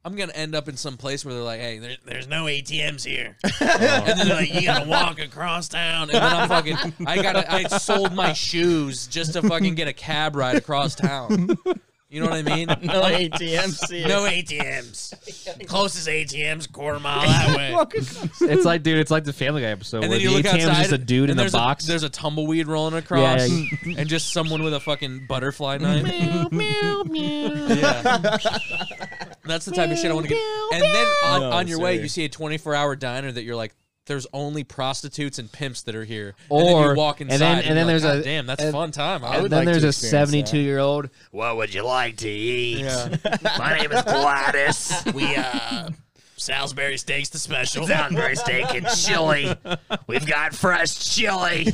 I'm gonna end up in some place where they're like, "Hey, there, there's no [LAUGHS] ATMs here," [LAUGHS] and then they're like, "You gotta walk across town." And then I'm fucking, I gotta, I sold my shoes just to fucking get a cab ride across town. You know what I mean? No ATMC. No [LAUGHS] ATMs. Closest ATM's quarter mile that [LAUGHS] way. it's like, dude, it's like the Family Guy episode And where then you the look ATM outside. is just a dude and in a there's box. there's a tumbleweed rolling across, Yeah, and just someone with a fucking butterfly [LAUGHS] knife. [LAUGHS] Yeah. That's the type of shit I want to get. And then on, No, on your way, sir. you see a 24 hour diner that you're like, there's only prostitutes and pimps that are here. and then Or- you walk and inside, then- and you're then like, there's a- "God damn, that's and- fun time. I and would then like there's to a experience that. 72 year old. What would you like to eat? yeah. [LAUGHS] My name is Gladys. we uh, Salisbury steaks the special. Hungry steak and chili. We've got fresh chili.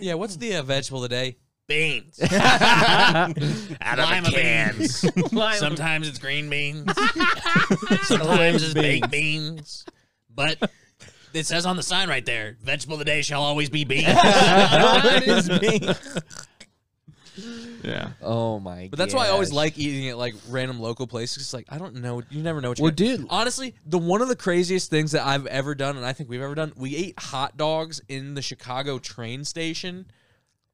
Yeah, what's the uh, vegetable today? Beans. [LAUGHS] Out of the cans. Sometimes it's green [LAUGHS] beans. Sometimes it's baked beans. But it says on the sign right there, vegetable today shall always be beans. Yeah. Oh my! But that's why I always like eating at like random local places. 'cause, like I don't know, you never know what you Well, get. dude. Honestly, the one of the craziest things that I've ever done, and I think we've ever done, we ate hot dogs in the Chicago train station.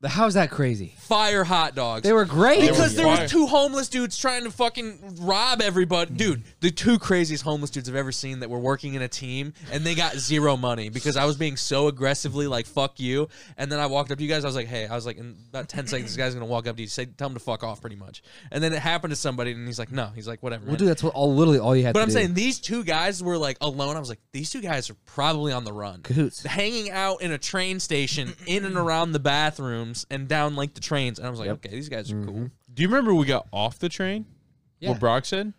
How's that crazy? Fire hot dogs. They were great. because there fire. was two homeless dudes trying to fucking rob everybody. Dude, the two craziest homeless dudes I've ever seen that were working in a team, and they got zero money because I was being so aggressively like "fuck you," and then I walked up to you guys. I was like, "Hey," I was like, in about ten seconds, this guy's gonna walk up to you, say, "Tell him to fuck off," pretty much. And then it happened to somebody, and he's like, "No," he's like, "Whatever." well, man." dude, that's what all literally all you had. But to I'm do. saying these two guys were like alone. I was like, these two guys are probably on the run. [LAUGHS] Cahoots. Hanging out in a train station, in and around the bathrooms, and down like the trains. And I was like, okay, these guys are cool. Do you remember we got off the train? Yeah. What Brock said?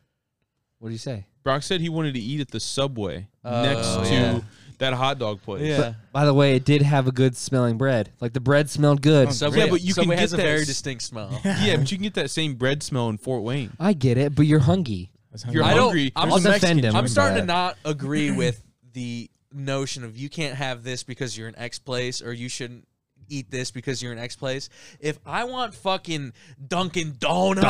what do you say? Brock said he wanted to eat at the subway Oh, next to yeah. that hot dog place. Yeah. By the way, it did have a good smelling bread. Like the bread smelled good. Subway, Yeah, but you can Subway get has a that very s- [LAUGHS] distinct smell. But, yeah, but you can get that same bread smell in Fort Wayne. I get it, but you're hungry. You're I don't- hungry. I'm- there's a I'll defend Mexican- him. I'm starting to but- not [LAUGHS] agree with the notion of you can't have this because you're an ex place or you shouldn't eat this because you're an ex place. If I want fucking Dunkin' Donuts,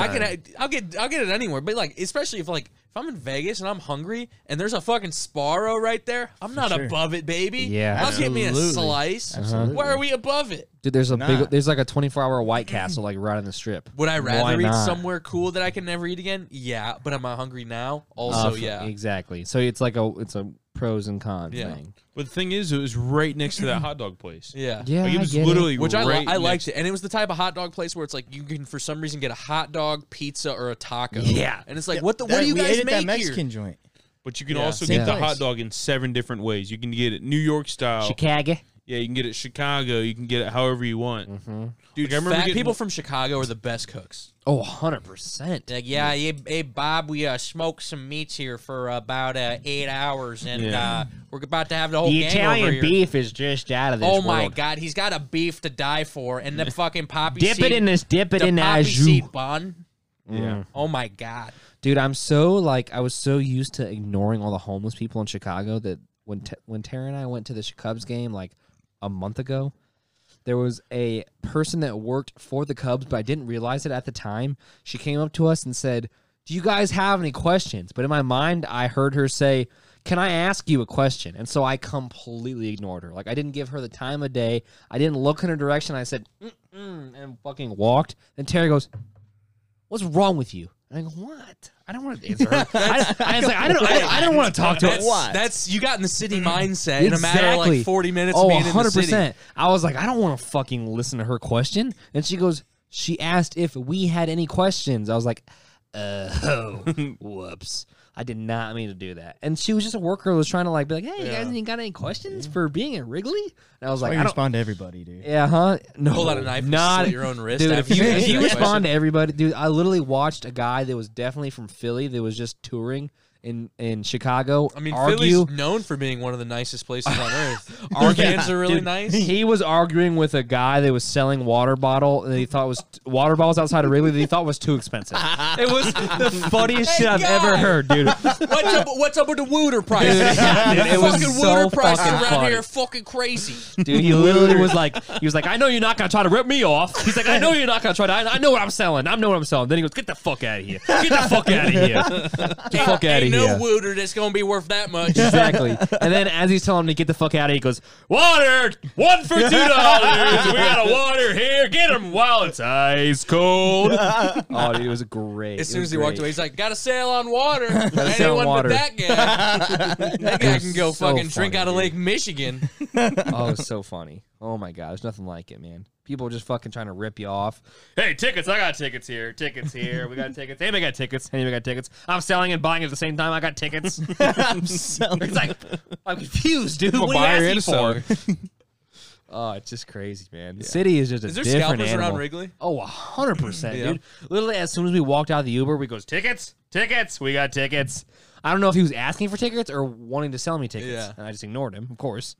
I can I'll get I'll get it anywhere. But like especially if like if I'm in Vegas and I'm hungry and there's a fucking Sparrow right there, I'm not sure. above it, baby. Yeah. Uh-huh. I'll get me a Absolutely. slice. Absolutely. Why are we above it? Dude, there's a Nah. big. There's like a 24 hour White Castle like right on the strip. Would I Why rather eat not? somewhere cool that I can never eat again? Yeah, but am I hungry now? Uh, Also, f- yeah. exactly. So it's like a it's a pros and cons Yeah. thing. But the thing is, it was right next to that hot [CLEARS THROAT] dog place. Yeah. Yeah, Like, it I was get it. literally Which I, li- right I next- liked it. And it was the type of hot dog place where it's like you can, for some reason, get a hot dog, pizza, or a taco. Yeah. And it's like, what the, what do you we ate guys at make that here? Mexican joint. But you can Yeah. also Same get the place. hot dog in seven different ways. You can get it New York style. Chicago. Yeah, you can get it Chicago. You can get it however you want. Mm-hmm. Dude, I remember Fat getting- people from Chicago are the best cooks. Oh, 100 percent. Like, yeah, hey, hey, Bob, we uh, smoked some meats here for about uh, eight hours, and Yeah. uh, we're about to have the whole gang over here. beef is just out of oh my God, he's got a beef to die for, and the fucking poppy Dip seed, it in this. Dip it the in the poppy jus. seed bun. Yeah. Oh my God, Dude, I'm so like I was so used to ignoring all the homeless people in Chicago that when t- when Tara and I went to the Cubs game like a month ago, there was a person that worked for the Cubs, but I didn't realize it at the time. She came up to us and said, "Do you guys have any questions?" But in my mind, I heard her say, "Can I ask you a question?" And so I completely ignored her. Like I didn't give her the time of day. I didn't look in her direction. I said, Mm-mm, and fucking walked. Then Tara goes, "What's wrong with you?" And I go, what? I don't want to answer her. I, I was like, I don't, I, I don't want to talk to her. That's, that's you got in the city mindset in a matter of Exactly. like forty minutes. Oh, of being in the city. 100%. I was like, I don't want to fucking listen to her question. And she goes, she asked if we had any questions. I was like, uh, [LAUGHS] oh, whoops. I did not mean to do that. And she was just a worker who was trying to like be like, hey, you guys ain't got any questions for being at Wrigley? And I was Like, like, you I don't, respond to everybody, dude. yeah, huh? No, Pull out a knife and not slit your own wrist dude. If after you, you if answer you that respond question. to everybody, dude, I literally watched a guy that was definitely from Philly that was just touring in in Chicago. I mean, argue. Philly's known for being one of the nicest places [LAUGHS] on earth. Our fans are really Dude, [LAUGHS] nice. He was arguing with a guy that was selling water bottle that he thought was water bottles outside of Wrigley that he thought was too [LAUGHS] expensive. it was the funniest shit I've ever God. heard, [LAUGHS] dude. What's up? What's up with the Wooter [LAUGHS] price? dude, it was fucking so Wooter price fucking around funny. here, are fucking crazy. Dude, he literally was like, he was like, I know you're not gonna try to rip me off. He's like, I know you're not gonna try to. I, I know what I'm selling. I know what I'm selling. Then he goes, get the fuck out of here. Get the fuck out of [LAUGHS] here. Get the fuck out of Ain't here. no Wooter that's gonna be worth [LAUGHS] that much. Exactly. And then as he's telling him to get the fuck out of here, he goes, Water! One for two dollars! We got a water here. Get him while it's ice cold. [LAUGHS] oh, dude, it was great. As It soon was as he walked great. away, he's like, "Got a sale on [LAUGHS] water. sale on Anyone water. [LAUGHS] but that guy. that guy was can go so fucking drink funny, out of dude. Lake Michigan." Oh, [LAUGHS] it was so funny. Oh my god, there's nothing like it, man. People just fucking trying to rip you off. Hey, tickets! I got tickets here. Tickets here. We got tickets. Anybody got tickets? Anybody got tickets? I'm selling and buying at the same time. I got tickets. I'm selling. It's like [LAUGHS] I'm confused, dude. I'm a What are buyer you and a asking for? Oh, it's just crazy, man. The city is just a Is there different scalpers animal. around Wrigley? Oh, a [CLEARS THROAT] hundred percent, Yeah. dude. Literally, as soon as we walked out of the Uber, we goes tickets, tickets. We got tickets. I don't know if he was asking for tickets or wanting to sell me tickets, Yeah. Mm-hmm. and I just ignored him, of course,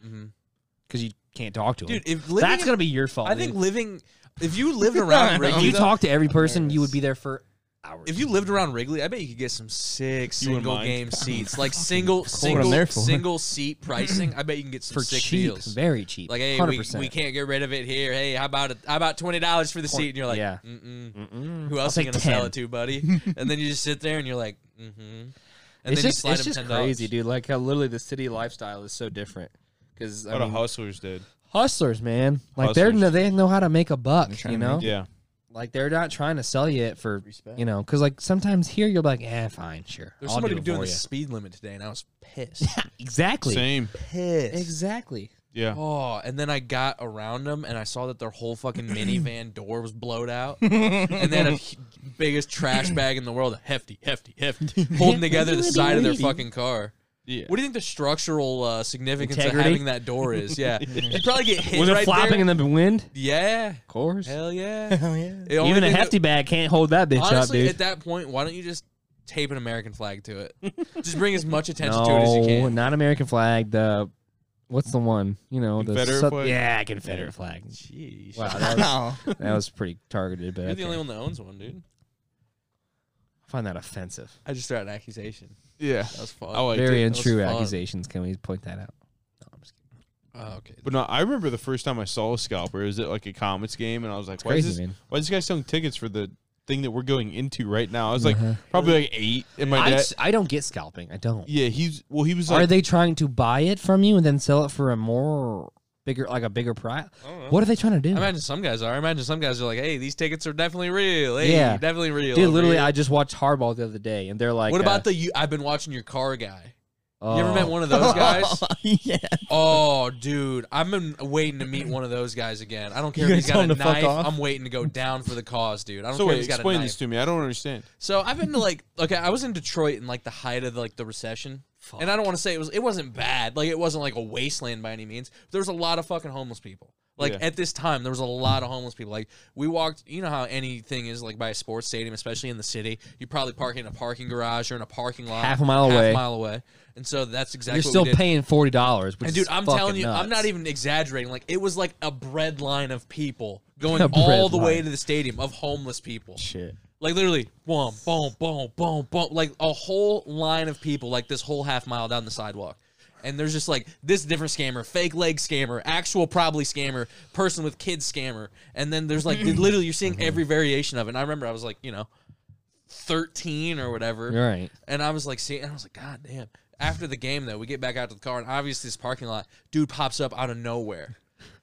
because you can't talk to him. Dude, if living that's in- gonna be your fault. I think dude. living if [LAUGHS] you lived around if Wrigley, you though- talk to every person, you would be there for hours. if you lived around Wrigley, I bet you could get some sick You wouldn't single [LAUGHS] mind. game seats, like single what I'm single there for. single [CLEARS THROAT] seat pricing. I bet you can get some for sick cheap, deals. very cheap, Like, hey, we, 100%. we can't get rid of it here. Hey, how about it? How about twenty dollars for the seat? And you're like, Yeah. Mm-mm. Who else are I'll you take gonna sell 10. it to, buddy? [LAUGHS] and then you just sit there and you're like, mm-hmm. And It's then just, you slide it's him just $10. crazy, dude. Like how literally the city lifestyle is so different. Because What a hustlers did. hustlers, man, like they're Hustlers. they know how to make a buck. trying You to know, make Yeah. Like they're not trying to sell you it for Respect. you know, because like sometimes here you're like, eh, fine, sure. There's I'll somebody do it doing for the ya." speed limit today, and I was [LAUGHS] pissed. exactly, Same. pissed. exactly. Yeah. Oh, and then I got around them and I saw that their [CLEARS THROAT] whole fucking minivan door was [LAUGHS] blowed out. and they had a hu- [CLEARS THROAT] biggest trash bag in the world, hefty, hefty, hefty, holding together the side of their fucking car. Yeah. What do you think the structural uh, significance of Integrity? having that door is? [LAUGHS] Yeah, you probably get hit Was right it flopping there. in the wind? Of yeah, course. [LAUGHS] hell yeah. Hell yeah. The only Even a thing that- hefty bag can't hold that bitch Honestly, up, at dude. that point, why don't you just tape an American flag to it? just bring as much attention to it as you No, can. not American flag. The what's the one? You know, the Confederate Sou- flag? yeah, Confederate flag. Jeez, Wow, [LAUGHS] that was, that was pretty targeted, but you're okay. the only one that owns one, dude. I find that offensive. I just threw out an accusation. Yeah. That was fun. I liked Very it. was untrue fun. accusations. Can we point that out? No, I'm just kidding. Oh, okay. But no, I remember the first time I saw a scalper. It was at like a Comets game, and I was like, "Why crazy, is this? man. Why is this guy selling tickets for the thing that we're going into right now?" I was Uh-huh. like, probably like eight. And my I, dad, s- I don't get scalping. I don't. yeah, he's well, he was Are like, they trying to buy it from you and then sell it for a more bigger, like a bigger price? What are they trying to do? I imagine some guys are. I imagine some guys are like, "Hey, these tickets are definitely real. Hey, Yeah. definitely real." Dude, over literally, here." I just watched Hardball the other day, and they're like, what uh, about the? You, I've been watching your car guy. Oh, You ever met one of those guys? yeah. oh, dude, I've been waiting to meet one of those guys again. I don't care You if he's gonna got a tell him to fuck knife. off? I'm waiting to go down for the cause, dude. I don't "So care wait, if he's got a explain knife. this to me. I don't understand." So I've been to like, okay, I was in Detroit in like the height of like the recession, and I don't want to say it was. It wasn't bad. Like it wasn't like a wasteland by any means. There was a lot of fucking homeless people. Like Yeah. at this time, there was a lot of homeless people. Like we walked, you know how anything is like by a sports stadium, especially in the city. You probably park in a parking garage or in a parking lot, Half a mile half away. mile away. And so that's exactly You're what still we did. paying forty dollars, which And dude, is I'm fucking telling you, I'm nuts. not even exaggerating. Like it was like a bread line [LAUGHS] of people going A all bread the way line. to the stadium of homeless people. Shit. Like literally, boom, boom, boom, boom, boom. Like a whole line of people, like this whole half mile down the sidewalk. And there's just like this different scammer, fake leg scammer, actual probably scammer, person with kids scammer. And then there's like Mm-hmm. literally you're seeing every variation of it. And I remember I was like, you know, 13 or whatever. You're right. And I was like, see, and I was like, God damn. After the game, though, we get back out to the car, and obviously this parking lot dude pops up out of nowhere.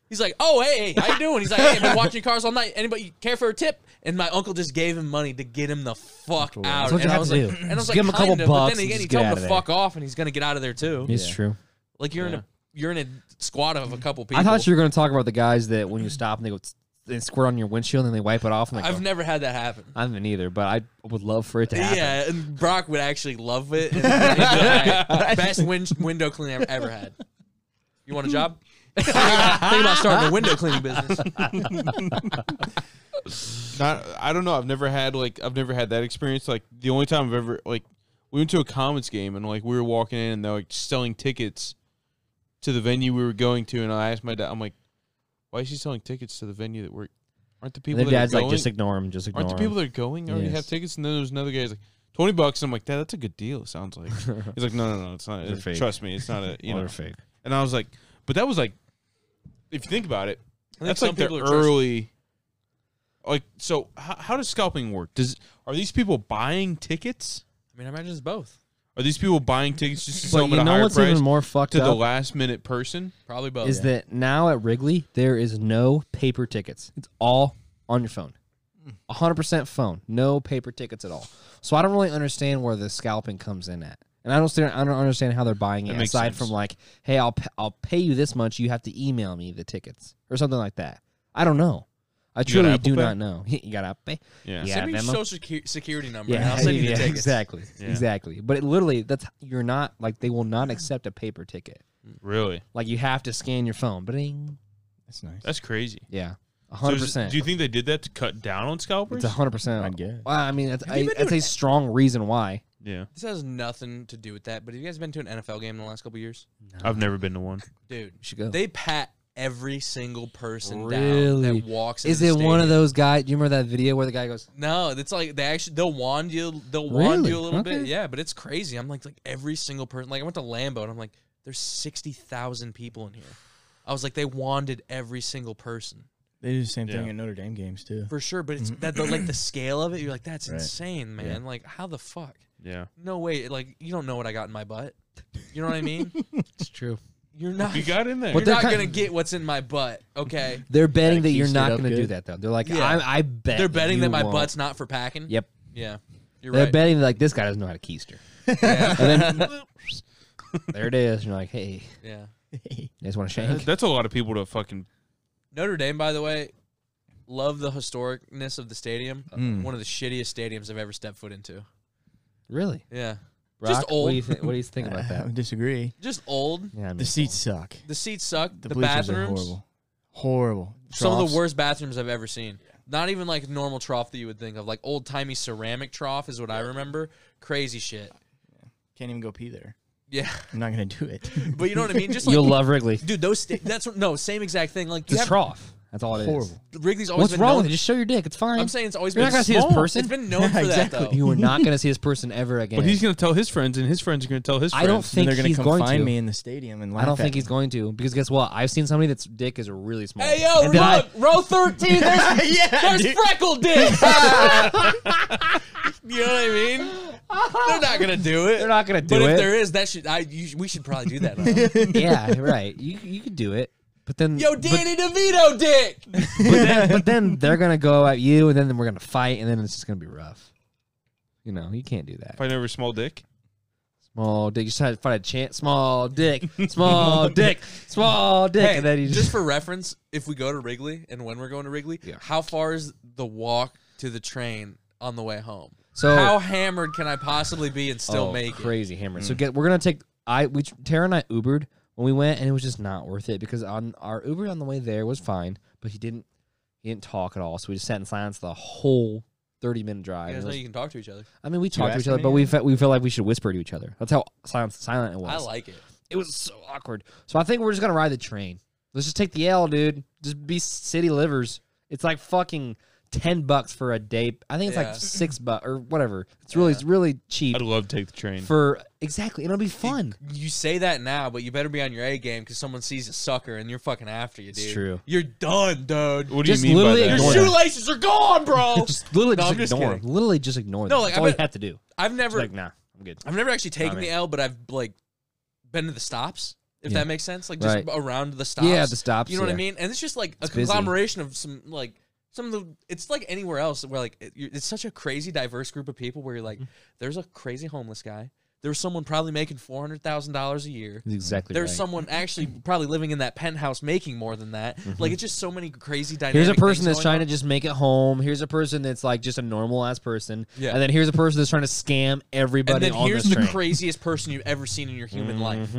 He's like, "Oh, hey, hey, how you doing?" He's like, "Hey, I've been watching cars all night. Anybody care for a tip?" And my uncle just gave him money to get him the fuck Cool. out. That's what and you I have was to like, do. and I was Just like, give him a couple kinda, bucks But and then again, just you get tell out him to of fuck off, and he's gonna get out of there too. It's Yeah. true. Like you're in a you're in a squad of a couple people. I thought you were going to talk about the guys that when you stop and they go tss, they squirt on your windshield and they wipe it off. And they I've go, never had that happen. I haven't either, but I would love for it to happen. Yeah, and Brock would actually love it. [LAUGHS] And he'd be like, Best win- window cleaning I've ever had. You want a [LAUGHS] job? [LAUGHS] Think about starting a window cleaning business. Not, I don't know. I've never had like I've never had that experience. Like the only time I've ever like we went to a Comets game and like we were walking in and they're like selling tickets to the venue we were going to, and I asked my dad, I'm like, why is she selling tickets to the venue that we're? Aren't the And people then that dad's are like, going? just ignore him, just ignore aren't the him. people that are going already Yes. have tickets? And then there was another guy. He's like, twenty bucks. And I'm like, Dad, that's a good deal. It [LAUGHS] sounds like. He's like, No, no, no, it's not. They're fake. Trust me, it's not a. [LAUGHS] You Oh, know. they're fake. And I was like, But that was like, if you think about it, I think that's some like the people are trust- early. Like, so how, how does scalping work? Does are these people buying tickets? I mean, I imagine it's both. Are these people buying tickets just to sell But them you at a know higher what's price even more fucked to the up last minute person? Probably Oh, both. is that now at Wrigley there is no paper tickets. It's all on your phone. 100% phone, no paper tickets at all. So I don't really understand where the scalping comes in at. And I don't stand, I don't understand how they're buying That it makes aside sense. from like, hey, I'll p- I'll pay you this much, you have to email me the tickets or something like that. I don't know. I truly Apple do Pay? not know. [LAUGHS] you got Apple Pay? Yeah. Yeah. Send me your Venmo? social secu- security number, Yeah, and I'll send you the [LAUGHS] yeah, tickets. exactly. Yeah. Exactly. But it literally that's you're not like they will not accept a paper ticket. Really? Like you have to scan your phone. Bling. That's nice. That's crazy. Yeah. So hundred is- percent. Do you think they did that to cut down on scalpers? It's hundred percent. I'd guess. Well, I mean, that's, Have you I, been that's a to an- strong reason why. yeah. This has nothing to do with that. But have you guys been to an NFL game in the last couple years, I've never been to one. dude? should go. They pat every single person down Really? that walks. Is it into the one of stadium. those guys? Do you remember that video where the guy goes? No, it's like they actually they'll wand you they'll wand Really? you a little bit. Okay. Yeah, but it's crazy. I'm like like every single person like I went to Lambo and I'm like, there's sixty thousand people in here. I was like, they wanded every single person. They do the same thing Yeah. at Notre Dame games too. For sure, but it's Mm-hmm. that the, like the scale of it, you're like, that's Right. insane, man. Like, how the fuck? [LAUGHS] Yeah. No way, like you don't know what I got in my butt. You know what I mean? [LAUGHS] It's true. You're not You got in there. What the- you're they're not kind- gonna get what's in my butt. Okay. They're betting that keeps you're it not up going to do good. that though. They're like, Yeah. I, I bet. They're betting you that my won't. butt's not for packing. Yep. Yeah. You're They're right. betting like this guy doesn't know how to keister. [LAUGHS] and then [LAUGHS] there it is. And you're like, hey, yeah. you guys want to [LAUGHS] That- shank? That's a lot of people to fucking. Notre Dame, by the way, love the historicness of the stadium. Uh, Mm. One of the shittiest stadiums I've ever stepped foot into. Really? Yeah, Brock, Just old. What do you, thi- what do you think about I [LAUGHS] that? would disagree. just old. Yeah, I mean, The seats suck. The seats suck. The, The, bleachers are bathrooms, horrible. Horrible. some of Troughs. the worst bathrooms I've ever seen. Not even like normal trough that you would think of, like old timey ceramic trough is what I remember. Crazy shit. Can't even go pee there. Yeah, I'm not gonna [LAUGHS] do it. [LAUGHS] but you know what I mean. Just like, You'll love Wrigley. dude, those sta- that's what- no same exact thing. Like you It's a have, trough. That's all it is. Horrible. Wrigley's always What's been wrong known- with it? Just show your dick. It's fine. I'm saying it's always You're been not gonna see his small. person? It's been [LAUGHS] known for that though. you are not going [LAUGHS] to see this person ever again. But he's gonna tell his friends, and his friends are gonna tell his I friends. don't Then think they're gonna he's come going find to. me in the stadium and laugh I don't at think me. he's going to because guess what? I've seen somebody that's dick is really small. Hey yo, And then look, I- row thirteen. [LAUGHS] There's, [LAUGHS] Yeah, there's dude. freckle dick. [LAUGHS] you know what I mean? They're not gonna do it. they're not gonna do but if it. there is, that should I. You, sh- we should probably do that. Now. [LAUGHS] yeah, right. You you could do it, but then Yo, but- Danny DeVito [LAUGHS] dick. But, then, but [LAUGHS] then they're gonna go at you, and then we're gonna fight, and then it's just gonna be rough. You know, you can't do that. Find over small dick. Small dick. You just had to fight a chant. Small dick. [LAUGHS] Small dick. Small dick. Hey, and then you just just, for reference, if we go to Wrigley and when we're going to Wrigley, Yeah. how far is the walk to the train on the way home? So- how hammered can I possibly be and still Oh, make it? Mm. crazy hammer. So get we're gonna take I we Tara and I Ubered when we went and it was just not worth it because on our Uber on the way there was fine, but he didn't he didn't talk at all. So we just sat in silence the whole thirty minute drive. You guys It know was- you can talk to each other. I mean, we talked to each asking other, me? but we felt, we felt like we should whisper to each other. That's how silent silent it was. I like it. it was so awkward. So I think we're just gonna ride the train. Let's just take the L, dude. Just be city livers. It's like fucking ten bucks for a day. I think it's Yeah. like six bucks or whatever. It's really it's really cheap I'd love to take the train. for exactly. It'll be fun. You say that now, but you better be on your A game because someone sees a sucker and you're fucking after you, dude. true. You're done, dude. what do just you mean by literally that? Your ignore that. shoelaces are [LAUGHS] gone, bro. Just literally No, just I'm just ignore kidding. them. Literally just ignore them. No, like, That's I all you bet- have to do. I've It's never, like, nah, I'm good. I've never actually taken Nah, the man. L, but I've like been to the stops if Yeah. that makes sense. Like just Right. around the stops. Yeah, the stops, You know what yeah. I mean? And it's just like a busy. conglomeration of some like some of the. It's like anywhere else where like it, you- it's such a crazy diverse group of people where you're Mm. like, there's a crazy homeless guy. There's someone probably making four hundred thousand dollars a year. That's exactly. There's right. someone [LAUGHS] actually probably living in that penthouse making more than that. Like it's just so many crazy dynamic. Mm-hmm. Here's a person that's things going trying on. to just make it home. Here's a person that's like just a normal ass person. Yeah. And then here's a person that's trying to scam everybody And then on here's this the train. Mm-hmm. craziest person you've ever seen in your human life.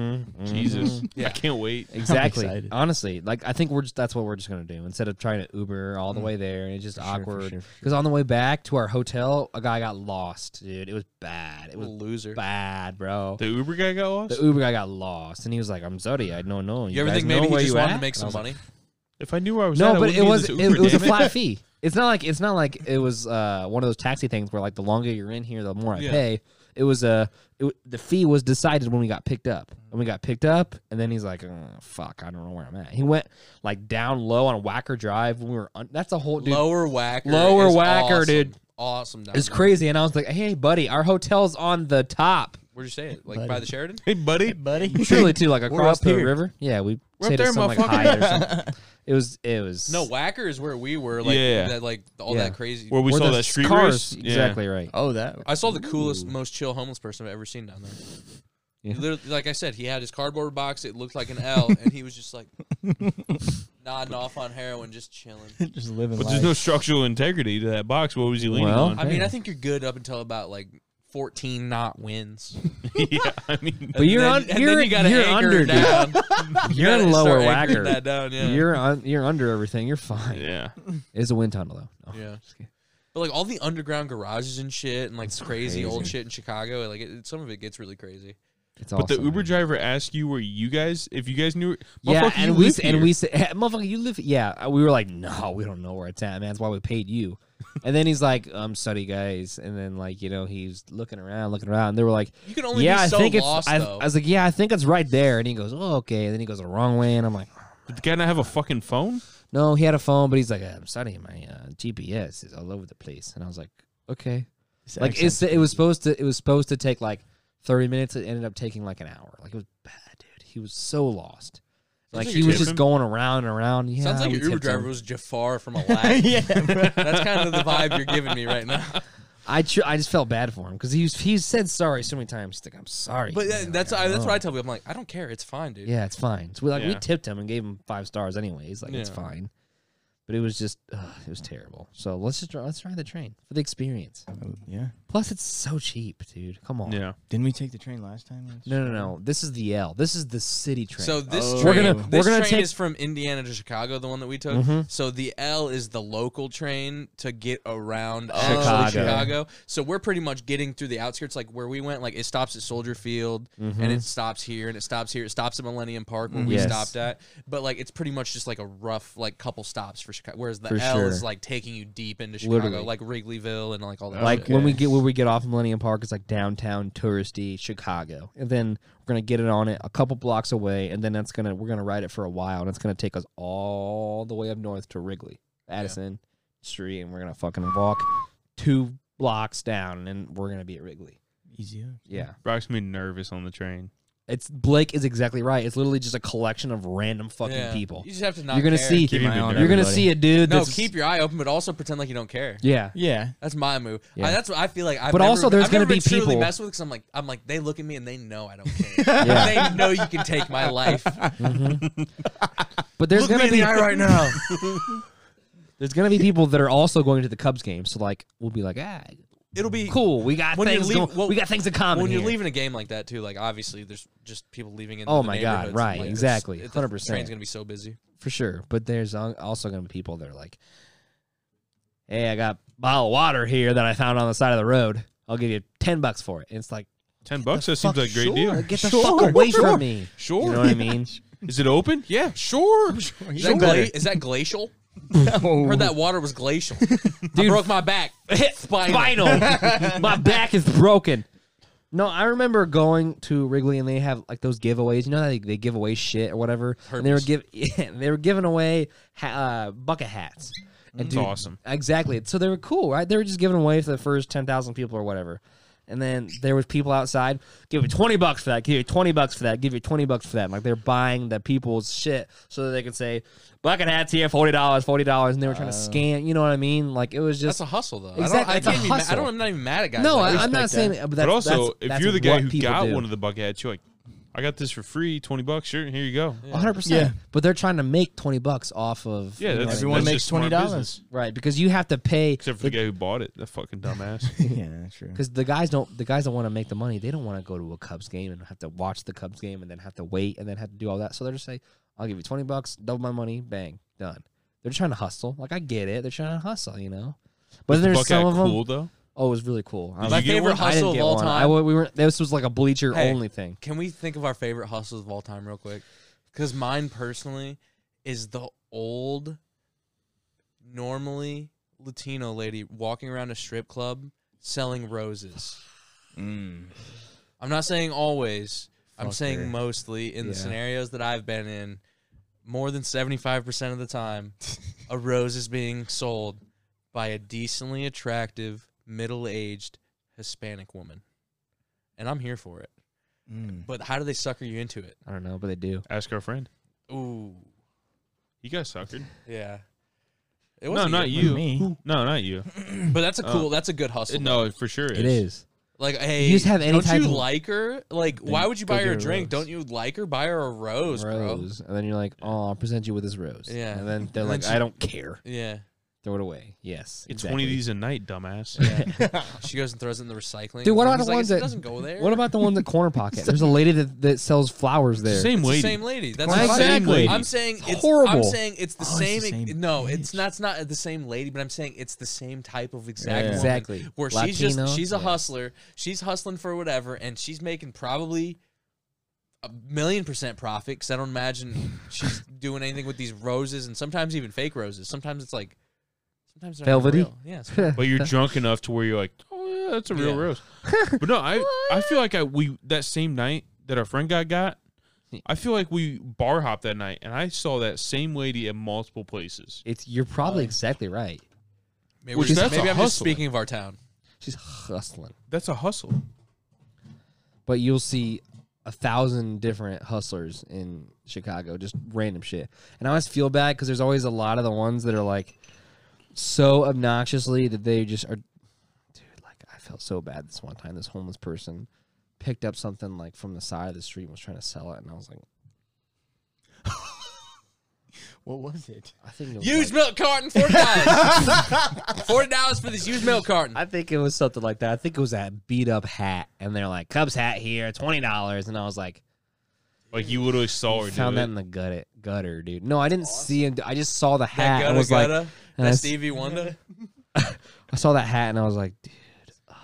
Jesus, Yeah. I can't wait. exactly. excited. Honestly, like I think we're just that's what we're just gonna do instead of trying to Uber Mm. all the way there and it's just sure, for awkward. Because sure, for on the way back to our hotel, a guy got lost, dude. It was bad. It was loser. bad, bro. The Uber guy got lost. The Uber guy got lost, and he was like, "I'm sorry, I don't know. You ever guys think know maybe he where just you wanted at?" to make And I some was like, money? if I knew where I was, at, No, I but wouldn't it be in was this it, Uber, it was a damn flat fee. It's not like it's not like it was uh, one of those taxi things where like the longer you're in here, the more I Yeah. pay. It was uh, it, w- the fee was decided when we got picked up. When we got picked up, and then he's like, "Uh, "Fuck, I don't know where I'm at." He went like down low on Whacker Drive when we were. Un- that's a whole [LAUGHS] dude. Lower whacker. Lower is whacker, awesome. dude. Awesome. down It's there. crazy, and I was like, "Hey, buddy, our hotel's on the top." Where'd you say it? Like by Buddy. the Sheridan? [LAUGHS] Hey, buddy. [LAUGHS] buddy. [LAUGHS] Truly, too, like We're across up the here. river. Yeah, we We're up stayed there, at some like motherfucker. [LAUGHS] high or something. It was it was No, whacker is where we were. Like Yeah. that, like all Yeah. that crazy. Where we where saw the that street cars. race. Yeah. Exactly right. Oh, that. I saw the coolest, most chill homeless person I've ever seen down there. He Yeah. literally- like I said, he had his cardboard box. It looked like an L, and he was [LAUGHS] just like nodding off on heroin, just chilling. Just living But life. there's no structural integrity to that box. What was he leaning Well, on? I mean, Yeah. I think you're good up until about like 14 not wins. yeah, I mean, But you're and on. then, and you're then you gotta you're anchor under, it dude. [LAUGHS] down. You're gotta in lower start anchoring whacker. That down, yeah. You're on. You're under everything. You're fine. yeah. It's a wind tunnel though. No. Yeah. Just kidding. But like all the underground garages and shit, and like crazy, old crazy. shit in Chicago, like it, some of it gets really crazy. It's But the awesome, Uber man. driver asked you where you guys, if you guys knew. Yeah, Motherfucker, you and we live s- [LAUGHS] and here. we said, motherfucker, you live. Yeah, we were like, no, we don't know where it's at, man. That's why we paid [LAUGHS] you. And then he's like, I'm sorry, guys. And then like you know he's looking around, looking around. And they were like, You can only yeah, be I so think lost it's. I, though. I was like, yeah, I think it's right there. And he goes, oh okay. And then he goes the wrong way, and I'm like, Did the guy not have a fucking phone? No, he had a phone, but he's like, I'm sorry, my uh, GPS is all over the place. And I was like, okay. His like it's, accent's it was crazy. supposed to it was supposed to take like 30 minutes. It ended up taking like an hour. Like it was bad, dude. He was so lost. Like like he you was tip just him. going around and around. Yeah, Sounds like we your Uber tipped him. driver was [LAUGHS] Jafar from Aladdin. [LAUGHS] yeah. That's kind of the vibe you're giving me right now. I tr- I just felt bad for him because he was, he said sorry so many times. He's like, I'm sorry. But man, that- that's like, I, that's know." what I tell people. I'm like, I don't care. It's fine, dude. Yeah, it's fine. So we like we Yeah. tipped him and gave him five stars anyways. Like it's Yeah. fine. But it was just ugh, it was terrible. So let's just try, let's try the train for the experience. Oh, yeah. Plus, it's so cheap, dude. Come on. Yeah. Didn't we take the train last time? No, no, no. This is the L. This is the city train. So this Oh. train, We're gonna- this we're gonna train take- is from Indiana to Chicago, the one that we took. Mhm. So the L is the local train to get around Oh. Chicago. Chicago. Chicago. So we're pretty much getting through the outskirts, like where we went. Like it stops at Soldier Field, and it stops here, and it stops here. It stops at Millennium Park where Mm-hmm. we Yes. stopped at. But like it's pretty much just like a rough like couple stops for Chicago. Whereas the For L sure. is like taking you deep into Chicago, Literally. like Wrigleyville and like all that. like shit. when we get when we get off of Millennium Park, it's like downtown touristy Chicago, and then we're gonna get it on it a couple blocks away, and then that's gonna we're gonna ride it for a while, and it's gonna take us all the way up north to Wrigley, Addison Street, and we're gonna fucking walk two blocks down, and we're gonna be at Wrigley. Easy. Yeah. Brock's made nervous on the train. It's Blake is exactly right. It's literally just a collection of random fucking Yeah. people. You just have to not. You're gonna care. see. Keep my eye on You're gonna see a dude. No, That's, keep your eye open, but also pretend like you don't care. Yeah. Yeah. That's my move. Yeah. I, that's what I feel like. I've But never- also there's I've never gonna be been truly people- messed with because I'm like I'm like they look at me and they know I don't care. [LAUGHS] Yeah. They know you can take [LAUGHS] my life. But there's gonna be [LAUGHS] right now. there's gonna be people that are also going to the Cubs game. So like we'll be like, ah, It'll be cool. We got When you're things. leaving- going, well, we got things in common. when you're here. leaving a game like that too. Like obviously there's just people leaving in. Oh the my God, neighborhoods, right, and, like, it's- exactly, it- the 100%. Train's gonna be so busy. for sure. But there's al- also gonna be people that are like, hey, I got a bottle of water here that I found on the side of the road. I'll give you ten bucks for it. And it's like, Ten bucks. That seems fuck, like a great sure. deal. Get the Sure, fuck away sure, from me. Sure. You know what I [LAUGHS] mean? Is it open? [LAUGHS] Yeah. Sure. Is that, gla- is [LAUGHS] that glacial? [LAUGHS] I heard that water was glacial. I broke my back. [LAUGHS] Spinal. [LAUGHS] Vinyl. My back is broken. No, I remember going to Wrigley and they have like those giveaways. You know how they, they give away shit or whatever. And they were Herpes. give [LAUGHS] yeah, they were giving away ha- uh, bucket hats. And Mm, That's awesome. Exactly. So they were cool, right? They were just giving away for the first ten thousand people or whatever. And then there was people outside, give you twenty bucks for that, give you twenty bucks for that, give you twenty bucks for that. Like they're buying the people's shit so that they could say, "Bucket hats here, forty dollars, forty dollars," and they were Uh. trying to scan. You know what I mean? Like it was That's just a hustle, though. Exactly, I it's don't, a I can't be mad- I hustle. don't. I'm not even mad at guys. no. like I, that. am not saying, but, that's, but also, that's- if that's you're the guy what who people got do. one of the bucket hats, you're like, I got this for free, twenty bucks. Sure, here you go. Yeah, 100%. Yeah. But they're trying to make 20 bucks off of you know that's, what I Everyone that's makes just smart $20. business. mean? right because you have to pay except for the guy who bought it. That [LAUGHS] fucking dumbass. [LAUGHS] yeah, true. cuz the guys don't the guys don't want to make the money. They don't want to go to a Cubs game and have to watch the Cubs game and then have to wait and then have to do all that. So they're just like I'll give you 20 bucks, double my money, bang, done. They're trying to hustle. Like I get it. They're trying to hustle, you know. But The there's bucket hat some of them. cool though. Oh, it was really cool. I Did was- My you get favorite one? I didn't hustle of get all one. I time. wa- we were this was like a bleacher Hey. only thing. Can we think of our favorite hustles of all time, real quick? Because mine personally is the old, normally Latino lady walking around a strip club selling roses. I'm not saying always. I'm saying mostly in the Yeah. scenarios that I've been in, more than 75% of the time, a rose is being sold by a decently attractive, middle aged Hispanic woman. And I'm here for it. Mm. But how do they sucker you into it? I don't know, but they do. Ask our friend. Ooh, You got suckered. yeah. It No, wasn't not you. you. Me. No, not you. But that's a cool. Oh. that's a good hustle. No, for sure It is. Like, hey, just have any don't type you of- like her? Like, why would you go buy her get a a drink? rose. Don't you like her? Buy her a rose, bro. Rose, and then you're like, "Oh, I'll present you with this rose." Yeah. and then they're And then like, she- "I don't care." Yeah. Throw it away. Yes. It's exactly. one of these a night, dumbass. She goes and throws it in the recycling. Dude, what And about he's the like, ones "It that- doesn't go there? What about the [LAUGHS] one that corner pocket? There's a lady that, that sells flowers there. Same It's lady. the same lady? That's Right, what I'm saying. exactly. I'm saying it's, I'm horrible. saying it's the Oh, same. e- it's the same no, it's not. It's not the same lady, but I'm saying it's the same type of exact Yeah. woman Exactly. Where she's Latino, just she's a yeah. hustler. She's hustling for whatever, and she's making probably a million percent profit. Because I don't imagine she's doing anything with these roses, and sometimes even fake roses. Sometimes it's like sometimes they're not Velvety? real. Yeah, sometimes- but you're drunk enough to where you're like, oh yeah, that's a Yeah. real rose. But no, I I feel like I we that same night that our friend got got, I feel like we bar hopped that night, and I saw that same lady at multiple places. It's you're probably exactly right. maybe, Which we're just- that's a maybe I'm just hustling. speaking of our town. She's hustling, That's a hustle. but you'll see a thousand different hustlers in Chicago, just random shit. And I always feel bad because there's always a lot of the ones that are like so obnoxiously that they just are. Dude, like I felt so bad this one time. This homeless person picked up something like from the side of the street and was trying to sell it, and I was like, What was it? I think it was like- Used milk carton, forty dollars. [LAUGHS] forty dollars for this used milk carton. I think it was something like that. I think it was that beat up hat, and they're like Cubs hat here, twenty dollars, and I was like, Like you literally saw her. found do that it. in the gutter, gutter, dude. No, I didn't see him. I just saw the That hat. gutta and was gutta, like, and I, that s- Stevie Wonder. I saw that hat, and I was like, dude, oh.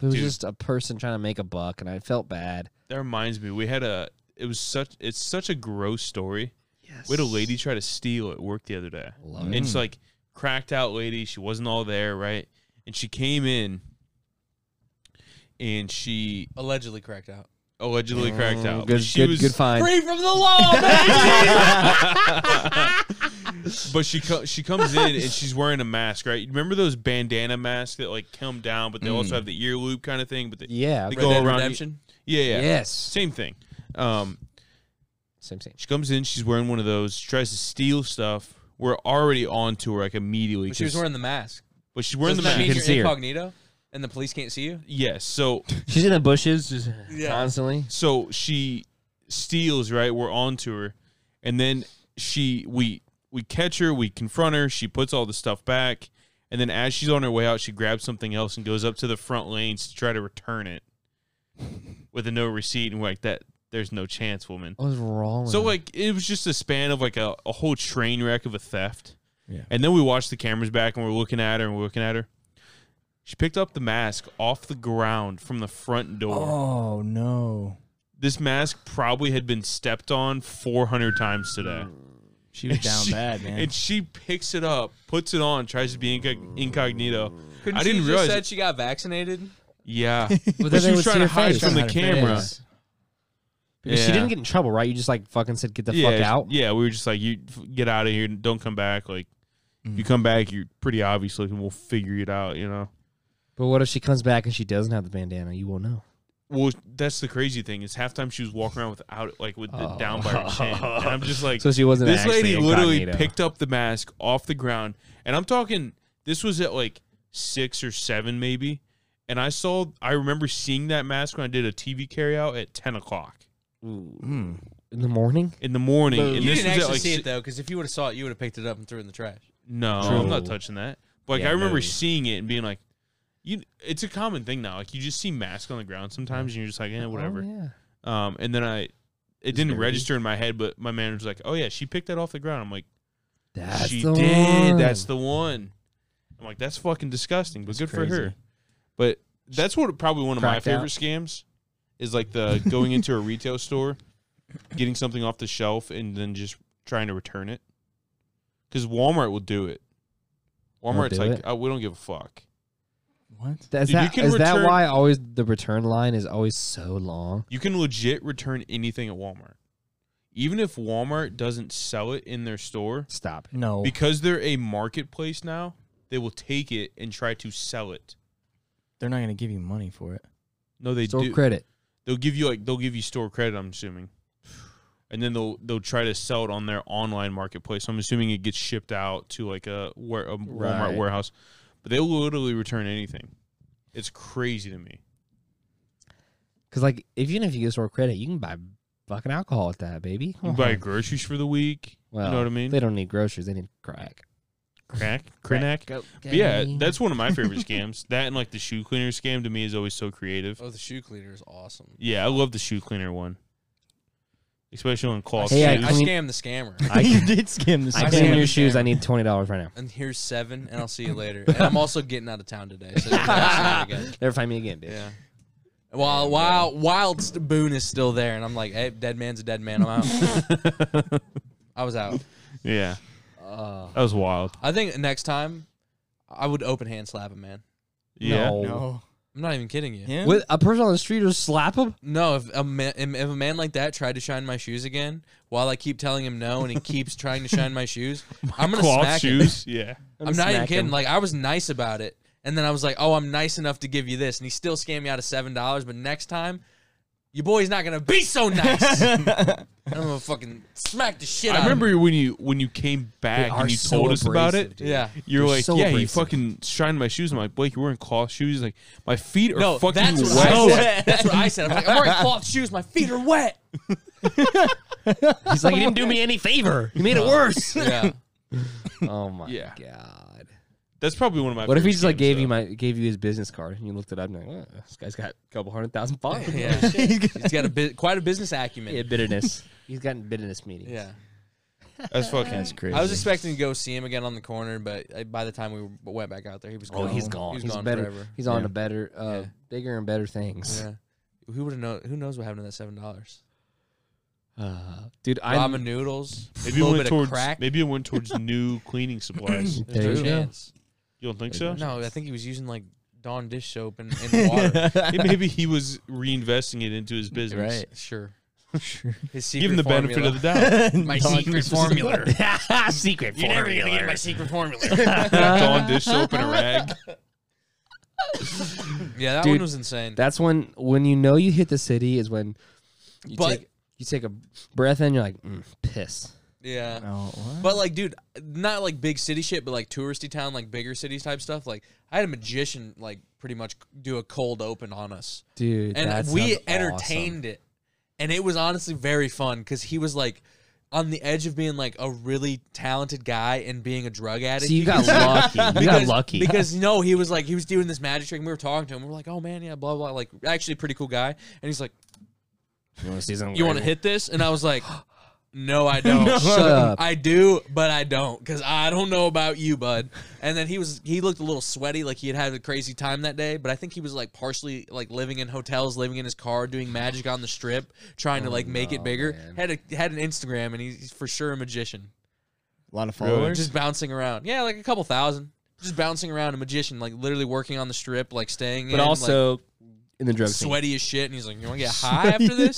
it was Dude. just a person trying to make a buck, and I felt bad. That reminds me, we had a. It was such. It's such a gross story. We had a lady try to steal at work the other day. Love and it's like cracked out lady. She wasn't all there, right? And she came in, and she Allegedly cracked out. allegedly cracked out. Oh, Good, but Oh, she good, was, good find. Free from the law, man. But she co- she comes in and she's wearing a mask, right? You remember those bandana masks that like come down, but they Hmm. also have the ear loop kind of thing. But they, Yeah, they Red go Dead around. Redemption? Yeah, yeah, Yes, same thing. Um, same same. she comes in, she's wearing one of those. She tries to steal stuff. We're already on to her like immediately. But she was 'cause- wearing the mask. but she's wearing the Doesn't that mask. mean You can you're see her. incognito and the police can't see you? Yes, so She's in the bushes, just Yeah. constantly. so she steals right we're on to her and then she we we catch her we confront her she puts all the stuff back and then as she's on her way out she grabs something else and goes up to the front lanes to try to return it with a no receipt and we're like that there's no chance woman What was wrong? With so her? like it was just a span of like a, a whole train wreck of a theft Yeah. and then we watched the cameras back and we're looking at her and we're looking at her she picked up the mask off the ground from the front door Oh no. this mask probably had been stepped on 400 times today. She was [LAUGHS] down She- bad, man. And she picks it up, puts it on, tries to be incog- incognito. Couldn't I she didn't just realize. said it- she got vaccinated. [LAUGHS] yeah, But then but, they she would was see trying her to hide face. from the Trying to hide her camera. face. Because she Yeah. didn't get in trouble, right? You just like fucking said, "Get the yeah, fuck out." Yeah, we were just like, you f- get out of here, and don't come back. Like, if you come back, you're pretty obvious looking. We'll figure it out, you know. But what if she comes back and she doesn't have the bandana? You won't know. Well, that's the crazy thing is halftime she was walking around without it, like with the down by her chin. And I'm just [LAUGHS] like, So she wasn't This actually lady literally incognito. picked up the mask off the ground, and I'm talking. This was at like six or seven, maybe. And I saw. I remember seeing that mask when I did a TV carryout at ten o'clock In the morning? in the morning. And you this didn't was at, actually like, see si- it though, because if you would have saw it, you would have picked it up and threw it in the trash. No, True. I'm not touching that. But like Yeah, I remember no. seeing it and being like, you. It's a common thing now. Like you just see masks on the ground sometimes, and you're just like, eh, Oh, whatever. yeah. Um, and then I, it didn't dirty. register in my head, but my manager's like, "Oh yeah, she picked that off the ground." I'm like, That's "She the did. one. That's the one." I'm like, "That's fucking disgusting," but good for crazy. her. But that's what probably one of my Cracked out. favorite scams is like the going into a retail store, getting something off the shelf, and then just trying to return it. Because Walmart will do it. Walmart's do like, it? "Oh, we don't give a fuck." What? Th- Is, Dude, you that, can is that return- why always the return line is always so long? You can legit return anything at Walmart, even if Walmart doesn't sell it in their store. Stop it. No. because they're a marketplace now they will take it and try to sell it they're not going to give you money for it. no they Store do credit. they'll give you like they'll give you store credit i'm assuming and then they'll they'll try to sell it on their online marketplace i'm assuming it gets shipped out to like a, where, a walmart Right. warehouse but they'll literally return anything it's crazy to me Because, like, if, even if you get store credit, you can buy fucking alcohol with that, baby. you Come can buy on. groceries for the week Well, you know what i mean They don't need groceries. They need crack. crack crack Go, But yeah that's one of my [LAUGHS] favorite scams that and like the shoe cleaner scam to me is always so creative Oh, the shoe cleaner is awesome. Yeah, I love the shoe cleaner one, especially on I, cloth Hey, I shoes. scam- I clean- scammed the scammer. [LAUGHS] [LAUGHS] I you can, did skim the I I clean clean your the shoes. I camera. need twenty dollars right now. and here's seven, and I'll see you later. And I'm also getting out of town today. So you're gonna see me again. Never find me again, dude. yeah. While while while St- Boone is still there, and I'm like, hey, dead man's a dead man. I'm out. I was out. yeah, Uh, that was wild. I think next time, I would open hand slap a man. Yeah, No. No. I'm not even kidding you. Him? With a person on the street will slap [LAUGHS] him. No, if a man if a man like that tried to shine my shoes again, while I keep telling him no, and he keeps trying to shine my shoes, I'm gonna cloth smack [LAUGHS] him. shoes. Yeah, I'm not even smack kidding. him. Like I was nice about it, and then I was like, "Oh, I'm nice enough to give you this," and he still scammed me out of seven dollars. But next time, your boy's not gonna be [LAUGHS] so nice. I'm gonna fucking smack the shit. I out of him. remember when you when you came back Um, are and you so told us about abrasive, it. dude. Yeah. You're They're like, so yeah, you abrasive. fucking shined my shoes. I'm like, Blake, you're wearing cloth shoes. He's like, my feet are No, fucking that's what I wet. [LAUGHS] said. That's what I said. I'm like, I'm wearing cloth shoes. My feet are wet. He's like, you didn't do me any favor. You made it [LAUGHS] worse. Yeah. oh my Yeah. god. That's probably one of my. What if he favorite just like scams, gave though. you my gave you his business card and you looked it up and you're like, "Wow, this guy's got a couple hundred [LAUGHS] thousand followers. [LAUGHS] Yeah. He's got a bit, quite a business acumen. Yeah, [LAUGHS] bitterness. He's gotten bitterness meetings. yeah. That's fucking. That's crazy. I was expecting to go see him again on the corner, but uh, by the time we were- went back out there, he was Oh, gone. he's gone. He's he's gone better. forever. He's on Yeah. to better, uh, Yeah. bigger and better things. Yeah. Who would have known? Who knows what happened to that seven dollars? Uh, dude, I'm Ramen noodles. a Maybe it little went bit towards of crack. maybe it went towards new [LAUGHS] [LAUGHS] cleaning supplies. You There's There no you go. chance. don't think so? No, I think he was using like Dawn dish soap and, and [LAUGHS] water. Yeah, maybe he was reinvesting it into his business. Right. [LAUGHS] sure. Sure. His secret Give him the benefit formula. of the [LAUGHS] doubt. [LAUGHS] My secret formula. secret [LAUGHS] You're never gonna get my secret formula. Dawn dish soap and a rag. [LAUGHS] Yeah, [LAUGHS] that Dude, one was insane. That's when when you know you hit the city is when you But- take you take a breath in. You're like mm, piss. yeah. Oh, what? But like, dude, not like big city shit, but like touristy town, like bigger cities type stuff. Like, I had a magician like pretty much do a cold open on us, Dude, that and we sounds entertained it, and it was honestly very fun because he was like on the edge of being like a really talented guy and being a drug Awesome. addict. See, you got could- lucky. You got lucky. Because no, he was like he was doing this magic trick, and we were talking to him. We were like, "Oh man, yeah, blah blah." Like, actually, pretty cool guy. And he's like, you want to see something? "You want to crazy? hit this?" And I was like, [GASPS] [LAUGHS] "No, I don't. Shut up. I do, but I don't, because I don't know about you, bud." And then he was he looked a little sweaty, like he had had a crazy time that day. But I think he was like partially like living in hotels, living in his car, doing magic on the strip, trying to like make it bigger. Oh, man. Had a had an Instagram, and he's for sure a magician. A lot of followers. Just bouncing around. Yeah, like a couple thousand. Just bouncing around, a magician, like literally working on the strip, like staying in. But also in the drug like, scene. sweaty as shit. And he's like, You want [LAUGHS] to get high after this?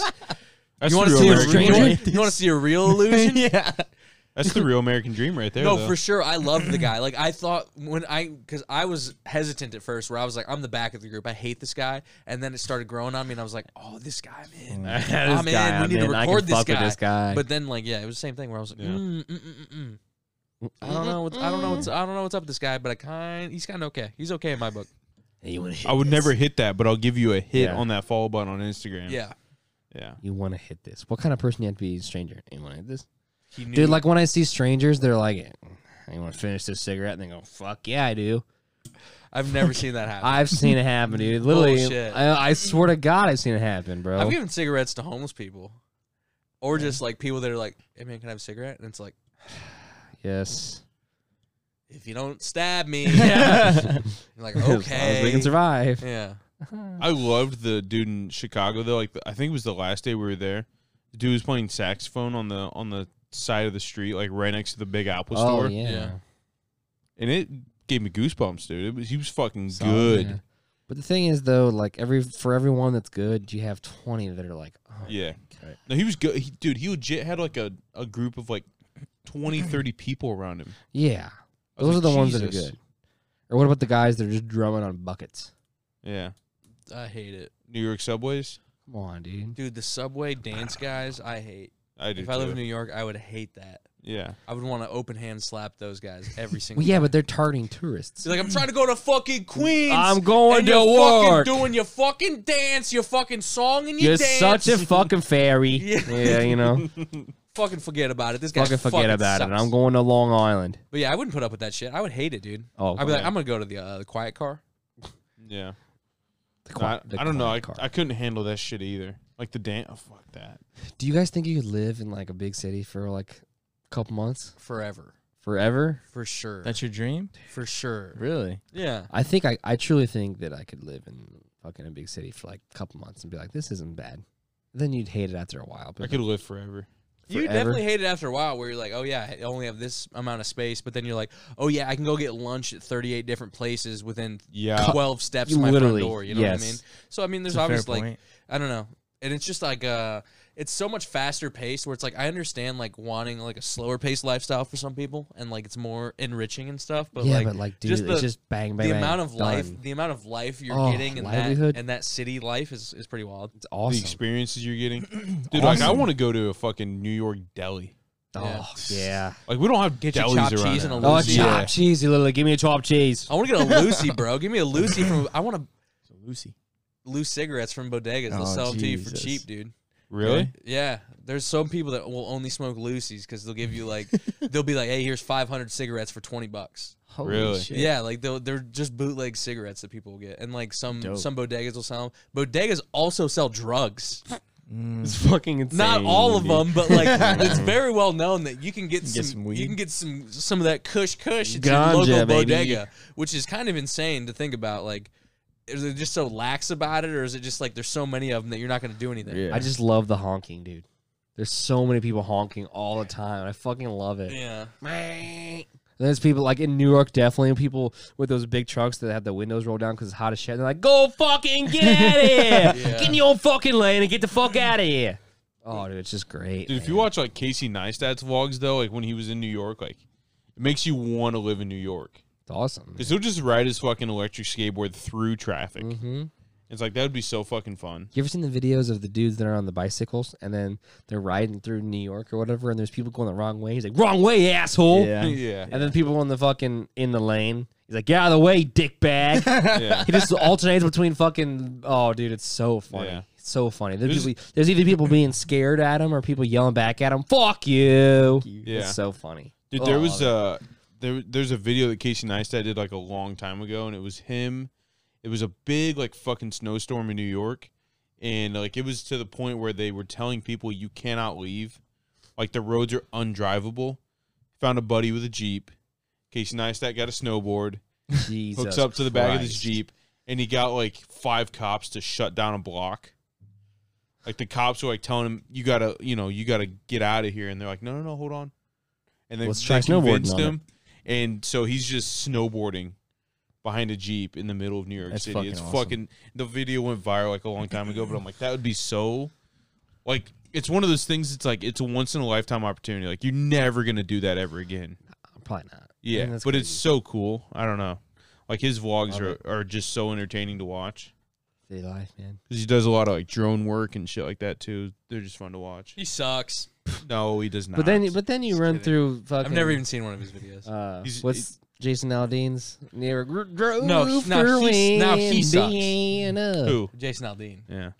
That's you want to true. see, [LAUGHS] Remember- a, stranger. you want to see a real illusion? yeah. That's the real American dream right there. No, though. for sure. I love the guy. Like I thought when I because I was hesitant at first, where I was like, I'm the back of the group. I hate this guy, and then it started growing on me, and I was like, Oh, this guy, man. This I'm in. guy, we I'm need in. to I can record this, fuck with guy. this guy. But then, like, yeah, it was the same thing where I was like, Yeah. mm, mm, mm, mm, mm. I don't know. What's, I don't know. What's, I don't know what's up with this guy, but I kind he's kind of okay. He's okay in my book. Hey, you wanna hit I would this? never hit that, but I'll give you a hit Yeah. on that follow button on Instagram. Yeah, yeah. You want to hit this? What kind of person you have to be, stranger? You want to hit this, he knew. dude? Like when I see strangers, they're like, "Mm, "You want to finish this cigarette?" And they go, "Fuck yeah, I do." I've never seen that happen. I've seen it happen, dude. Literally, Bullshit. I, I swear to God, I've seen it happen, bro. I've given cigarettes to homeless people, or just like people that are like, "Hey man, can I have a cigarette?" And it's like, [LAUGHS] yes. if you don't [LAUGHS] stab me, Yeah. You're [LAUGHS] like, As long as okay. we can survive. Yeah. Mm. I loved the dude in Chicago though. Like the, I think it was the last day we were there. The dude was playing saxophone on the on the side of the street, like right next to the Big Apple Oh store, yeah. Yeah. and it gave me goosebumps, dude. It was, he was fucking Solid, good. yeah. But the thing is, though, like every for everyone that's good, you have twenty that are like, oh, Yeah. Okay. No, he was good. He, dude, he legit had like a, a group of like Mm. 20, 30 people around him. yeah. I was Those are like, the ones that are "Jesus." good. Or what about the guys that are just drumming on buckets? Yeah. I hate it. New York subways. Come on, dude. Dude, the subway dance guys, I hate. I do. if I live too. in New York, I would hate that. yeah. I would want to open hand slap those guys every single Well, time. yeah, but they're targeting tourists. Be like, I'm trying to go to fucking Queens. I'm going and to you're work." Fucking doing your fucking dance, your fucking song, and your You're dance. such a fucking fairy. [LAUGHS] Yeah. yeah. you [LAUGHS] know. fucking forget about it. This guy fucking forget about sucks. it. I'm going to Long Island. But yeah, I wouldn't put up with that shit. I would hate it, dude. Oh, I'd be like, okay. I'm gonna go to the uh, the quiet car. Yeah. The No, I, car- the I don't know. car- I, car. I couldn't handle that shit either. Like the dance. Oh, fuck that. Do you guys think you could live in like a big city for like a couple months Forever, forever? for sure, That's your dream? for sure. Really? Yeah, I think I, I truly think that I could live in fucking a big city for like a couple months and be like, this isn't bad. Then you'd hate it after a while. I But could live forever. You forever. definitely hate it after a while where you're like, oh, yeah, I only have this amount of space. But then you're like, oh, yeah, I can go get lunch at 38 different places within Yeah. 12 steps You of my front literally- door. You know yes. what I mean? So, I mean, there's It's a fair obviously [SIGHS] like, point. I don't know. And it's just like, uh, it's so much faster paced where it's like, I understand like wanting like a slower paced lifestyle for some people and like it's more enriching and stuff. But yeah, like, but like, dude, just the, it's just bang, bang, the bang, amount of done. life, the amount of life you're Oh, getting in livelihood. that, in that city life is, is pretty wild. It's awesome. The experiences you're getting. Dude, like I want to go to a fucking New York deli. Oh, yeah. Like we don't have Get you delis chopped around. cheese here. and a Oh, Lucy. chopped Yeah. cheese, you literally. Give me a chopped cheese. I want to get a Lucy, bro. Give me a Lucy from, I want to So Lucy. loose cigarettes from bodegas. They'll Oh, sell them to you for Jesus. cheap, dude. really? Yeah, there's some people that will only smoke Lucy's because they'll give you like, they'll be like, "Hey, here's 500 cigarettes for 20 bucks." Holy Really? shit. [LAUGHS] Yeah, like they'll, they're just bootleg cigarettes that people will get, and like some Dope. some bodegas will sell them. Bodegas also sell drugs, It's fucking insane. not all of dude. them, but like it's very well known that you can get You can some, get some weed. you can get some some of that Kush Kush at Ganja, your local baby. bodega, which is kind of insane to think about. Like, is it just so lax about it, or is it just like there's so many of them that you're not going to do anything? I just love the honking, dude. There's so many people honking all the time. I fucking love it. Yeah. There's people like in New York, definitely people with those big trucks that have the windows rolled down because it's hot as shit. They're like, "Go fucking get out of here! Yeah. Get in your own fucking lane and get the fuck out of here!" Oh, dude, it's just great. Dude, if you man. watch like Casey Neistat's vlogs though, like when he was in New York, like it makes you want to live in New York it's awesome. because he'll just ride his fucking electric skateboard through traffic. hmm It's like that would be so fucking fun. You ever seen the videos of the dudes that are on the bicycles and then they're riding through New York or whatever, and there's people going the wrong way? He's like, "Wrong way, asshole!" [LAUGHS] Yeah. Yeah, And then people in the fucking in the lane. He's like, "Get out of the way, dickbag!" yeah. [LAUGHS] he just alternates between fucking. Oh, dude, it's so funny. Yeah. It's so funny. There's, There's- people, there's either people being scared at him or people yelling back at him. Fuck you. Yeah. It's so funny. Dude, Oh, there I was love uh there there's a video that Casey Neistat did like a long time ago, and it was him. It was a big like fucking snowstorm in New York, and like it was to the point where they were telling people you cannot leave, like the roads are undrivable. Found a buddy with a jeep. Casey Neistat got a snowboard, it. Jesus hooks up to the back of his Christ. jeep, and he got like five cops to shut down a block. Like the cops were like telling him, "You gotta, you know, you gotta get out of here," and they're like, "No, no, no, hold on." And they, Let's they try snowboarding convinced on it. him, and so he's just snowboarding behind a jeep in the middle of New York That's City. fucking it's awesome. fucking the video went viral like a long time ago, but I'm like, that would be so, like, it's one of those things. It's like it's a once in a lifetime opportunity. Like you're never gonna do that ever again. Probably not. Yeah, that's but it's so cool. I don't know. Like his vlogs are, are just so entertaining to watch City life, man. because he does a lot of like drone work and shit like that too. They're just fun to watch. He sucks. No, he does not. But then, but then you Just run kidding. through fucking. I've never even seen one of his videos. Uh, He's- what's Jason Aldean's? Never drove No, no, he- no, he's- no, he sucks. who? Jason Aldean. Yeah,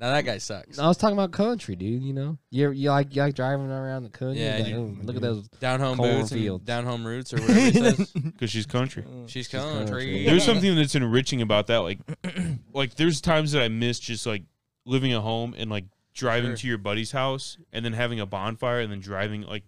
Now that guy sucks. I was talking about country, dude. You know, you you like you like driving around the country. Yeah, like, you- "Oh, look at those. Down home Corn boots, and fields. down home roots, or whatever he says. because she's country. She's country. There's something that's enriching about that. Like, [CLEARS THROAT] like there's times that I miss just like living at home and like driving Sure. to your buddy's house and then having a bonfire and then driving like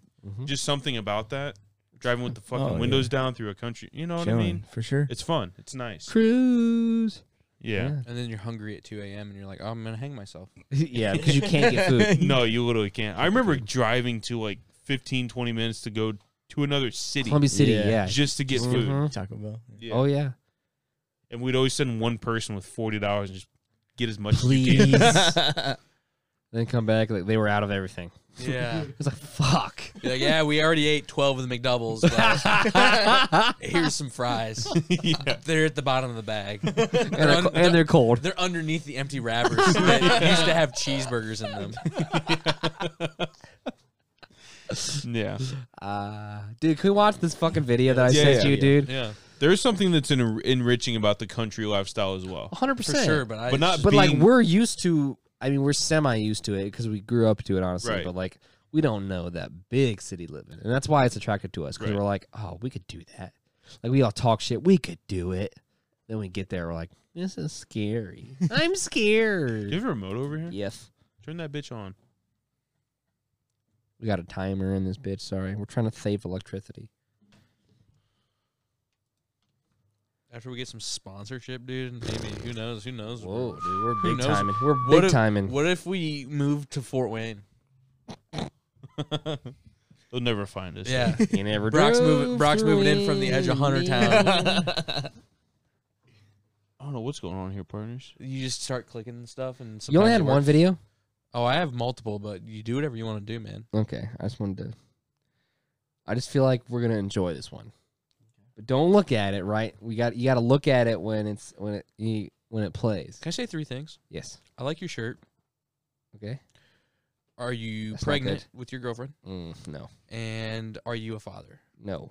just something about that. Driving with the fucking Oh, windows down through a country. You know what I mean? Chilling, for sure. It's fun. It's nice. Cruise. Yeah. And then you're hungry at 2 a.m. and you're like, oh, I'm gonna hang [LAUGHS] myself. [LAUGHS] yeah, because you can't get [LAUGHS] food. No, you literally can't. I remember driving to like 15, 20 minutes to go to another city Columbia City, Yeah. yeah. just to get Mm-hmm. food. Mhm. Taco Bell. Yeah. Oh yeah. And we'd always send one person with $40 and just get as much as you can. [LAUGHS] Please. then come back like they were out of everything. Yeah. It's like [LAUGHS] fuck. You're like, yeah, we already ate 12 of the McDoubles. [LAUGHS] but here's some fries. yeah. They're at the bottom of the bag. And they're, un- co- and they're cold. They're underneath the empty [LAUGHS] wrappers that used to have cheeseburgers in them. [LAUGHS] Yeah. Uh, dude, can we watch this fucking video that I Yeah, sent yeah, you, yeah. dude? Yeah. There's something that's en- enriching about the country lifestyle as well. Hundred For percent. sure, but I. But not- But like being- we're used to. I mean, we're semi used to it because we grew up to it, honestly. Right. But like we don't know that big city living, and that's why it's attractive to us because Right. we're like, oh, we could do that. Like we all talk shit, we could do it. Then we get there, we're like, this is scary. [LAUGHS] I'm Do you scared. have a remote over here? yes. Turn that bitch on. We got a timer in this bitch. Sorry, we're trying to save electricity. after we get some sponsorship, dude, maybe who knows? Who knows? Whoa, dude, we're Who big knows? timing. We're What big if- timing. What if we move to Fort Wayne? They'll never find us. Yeah. You never Brock's drove moving- Brock's moving in from the edge [LAUGHS] of Huntertown. I don't know what's going on here, partners. you just start clicking and stuff, and you only sometimes had it one works. video. Oh, I have multiple, but you do whatever you want to do, man. Okay, I just wanted to. I just feel like we're gonna enjoy this one, but don't look at it. Right, we got you got to look at it when it's when it you, when it plays. Can I say three things? Yes. I like your shirt. Okay. Are you That's not pregnant with your girlfriend? Mm, no. And are you a father? No.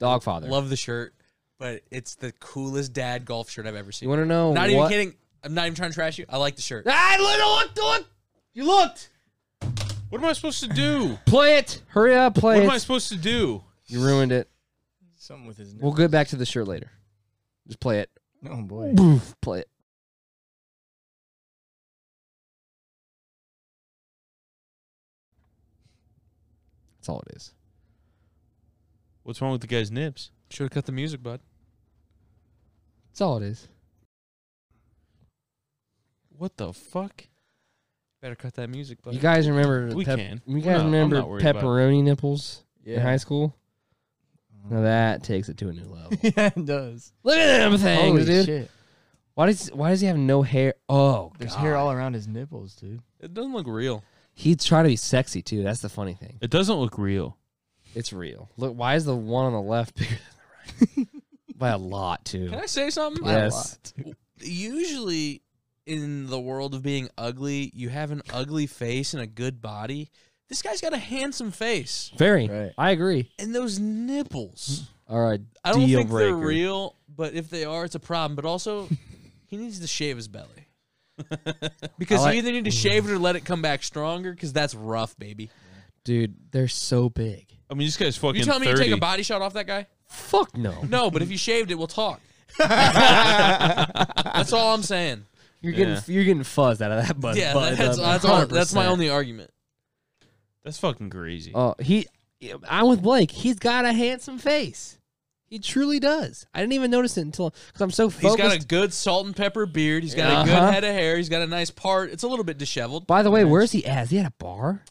Dogfather. Love the shirt, but it's the coolest dad golf shirt I've ever you seen. want to know? what? Not even kidding. I'm not even trying to trash you. I like the shirt. Ah, look, look, look! You looked. What am I supposed [LAUGHS] to do? Play it. Hurry up, What play am I it. supposed to do? you ruined it. Something with his name. We'll get back to the shirt later. Just play it. oh boy. Boof. Play it. That's all it is. What's wrong with the guy's nips? Should have cut the music, bud. That's all it is. What the fuck? Better cut that music, bud. You guys remember We pep- can. You We're guys not- I'm remember not worried about it. pepperoni nipples in Yeah. high school? Now that takes it to a new level. [LAUGHS] yeah, it does. Look at them things, Holy dude. shit! Why does Why does he have no hair? Oh, There's God. hair all around his nipples, dude. it doesn't look real. He's trying to be sexy too. That's the funny thing. It doesn't look real. It's real. Look, why is the one on the left [LAUGHS] bigger than the right? By a lot too. Can I say something? yes. Usually, in the world of being ugly, you have an ugly face and a good body. This guy's got a handsome face Very. Right. I agree. and those nipples. All right. I don't deal think breaker. they're real, but if they are, it's a problem. But also, [LAUGHS] he needs to shave [LAUGHS] his belly. because I like- you either need to shave it or let it come back stronger, because that's rough, baby. Dude, they're so big. I mean, this guy's fucking. You telling me you 30. take a body shot off that guy? Fuck no. No, but if you shaved it, [LAUGHS] we'll talk. that's all I'm saying. You're Yeah. getting you're getting fuzzed out of that uh, button. yeah, that's, that's, all, that's my only argument. That's fucking crazy. Oh, he. I'm with Blake. He's got a handsome face. He truly does. I didn't even notice it until because I'm so He's focused. got a good salt and pepper beard. He's got a Uh-huh. good head of hair. He's got a nice part. It's a little bit disheveled. By the way, where's he at? Is he at a bar?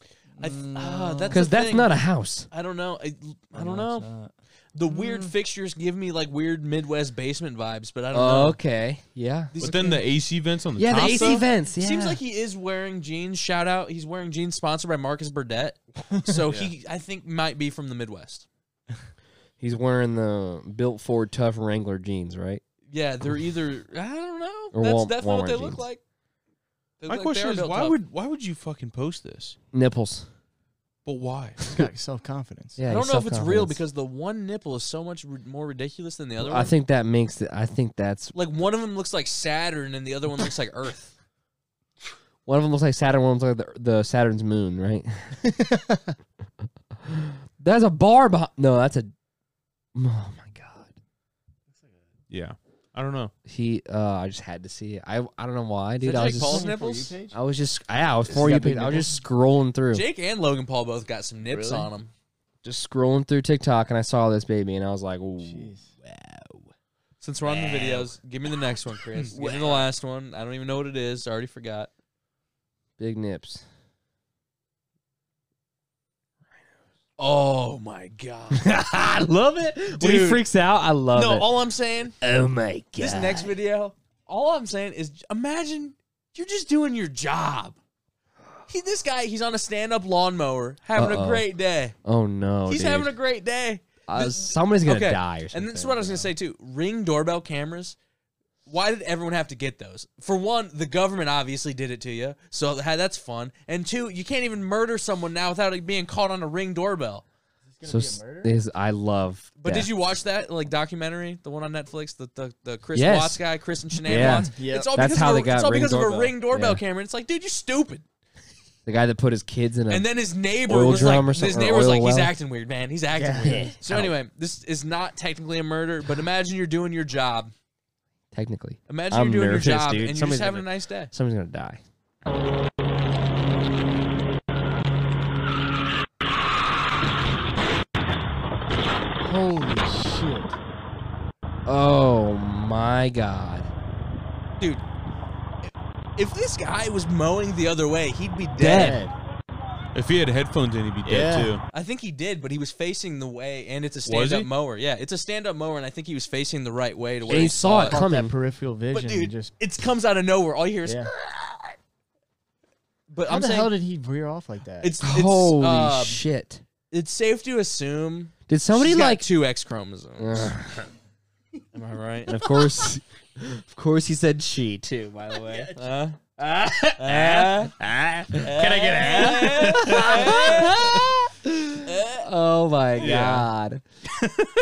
I th- ah, that's Because the that's thing. not a house. I don't know. I, I don't No, know. it's not. The weird fixtures give me like weird Midwest basement vibes, but I don't know. Oh, okay. Yeah. These- But then the AC vents on the Yeah, top the AC though? vents. Yeah. Seems like he is wearing jeans. Shout out, he's wearing jeans sponsored by Marcus Burdett. So he, I think, might be from the Midwest. he's wearing the built Ford tough Wrangler jeans, right? Yeah, they're either I don't know. Or That's Wal- definitely what Walmart they look jeans. like. They My look like they question are is built why up. would why would you fucking post this? Nipples. But why? got self confidence. Yeah. I don't he's know if it's real self-confidence. because the one nipple is so much r- more ridiculous than the other I one. think that makes it. I think that's Like one of them looks like Saturn and the other one looks like Earth. one of them looks like Saturn. One of them looks like the, the Saturn's moon, [LAUGHS] right? That's a bar behind. No, that's a. Oh my god. [LAUGHS] yeah. I don't know. He. Uh, I just had to see it. I. I don't know why, dude. that I was Jake just. Paul's nipples? Oh, I was just. Yeah, I was for got you. big Page, I was just scrolling through. Jake and Logan Paul both got some nips on 'em. on them. Just scrolling through TikTok, and I saw this baby, and I was like, "Ooh." Jeez. Since we're on the videos, give me the next one, Chris. Give me the last one. I don't even know what it is. I already forgot. Big nips. Oh my god. I [LAUGHS] love it. When he Dude. freaks out, I love no, it. all I'm saying, oh my god. this next video, all I'm saying is j- imagine you're just doing your job. He, this guy, he's on a stand-up lawnmower, having Uh-oh. a great day. oh no. he's dude. having a great day. Uh, This- somebody's gonna okay. die or something. And this is what I was going to say too. Ring doorbell cameras. Why did everyone have to get those? For one, the government obviously did it to you, so tha- that's fun. And two, you can't even murder someone now without it being caught on a ring doorbell. So is I love. But death. did you watch that like documentary, the one on Netflix, the the, the Chris Yes. Watts guy, Chris and Sinead Yeah. Watts? Yep. It's all That's because how of they a, got it's all ring because of a doorbell. ring doorbell Yeah. camera. It's like, dude, you're stupid. the guy that put his kids in a? And then his neighbor Oil was like, drum or his something, neighbor or was oil like, he's well." acting weird, man. He's acting weird. So anyway, this is not technically a murder, but imagine you're doing your job. technically, Imagine I'm you're doing nervous, your job dude. and you're Somebody's just having gonna- a nice day. somebody's gonna die. Holy shit. Oh my god. Dude, if this guy was mowing the other way, he'd be dead. If he had headphones in, he'd be dead Yeah. too. I think he did, but he was facing the way, and it's a Was stand up he? mower. Yeah, it's a stand up mower, and I think he was facing the right way to where And he saw it Fuck coming. that peripheral vision. But dude, just it comes out of nowhere. All you hear is. yeah. But How I'm the saying hell did he veer off like that? it's it's, Holy uh, shit! it's safe to assume Did somebody she's got like? two X chromosomes. [LAUGHS] Ugh. Am I [LAUGHS] right? and of [LAUGHS] course, of course, he said she too. By the way, Uh, Can I get [LAUGHS] a [LAUGHS] oh my god,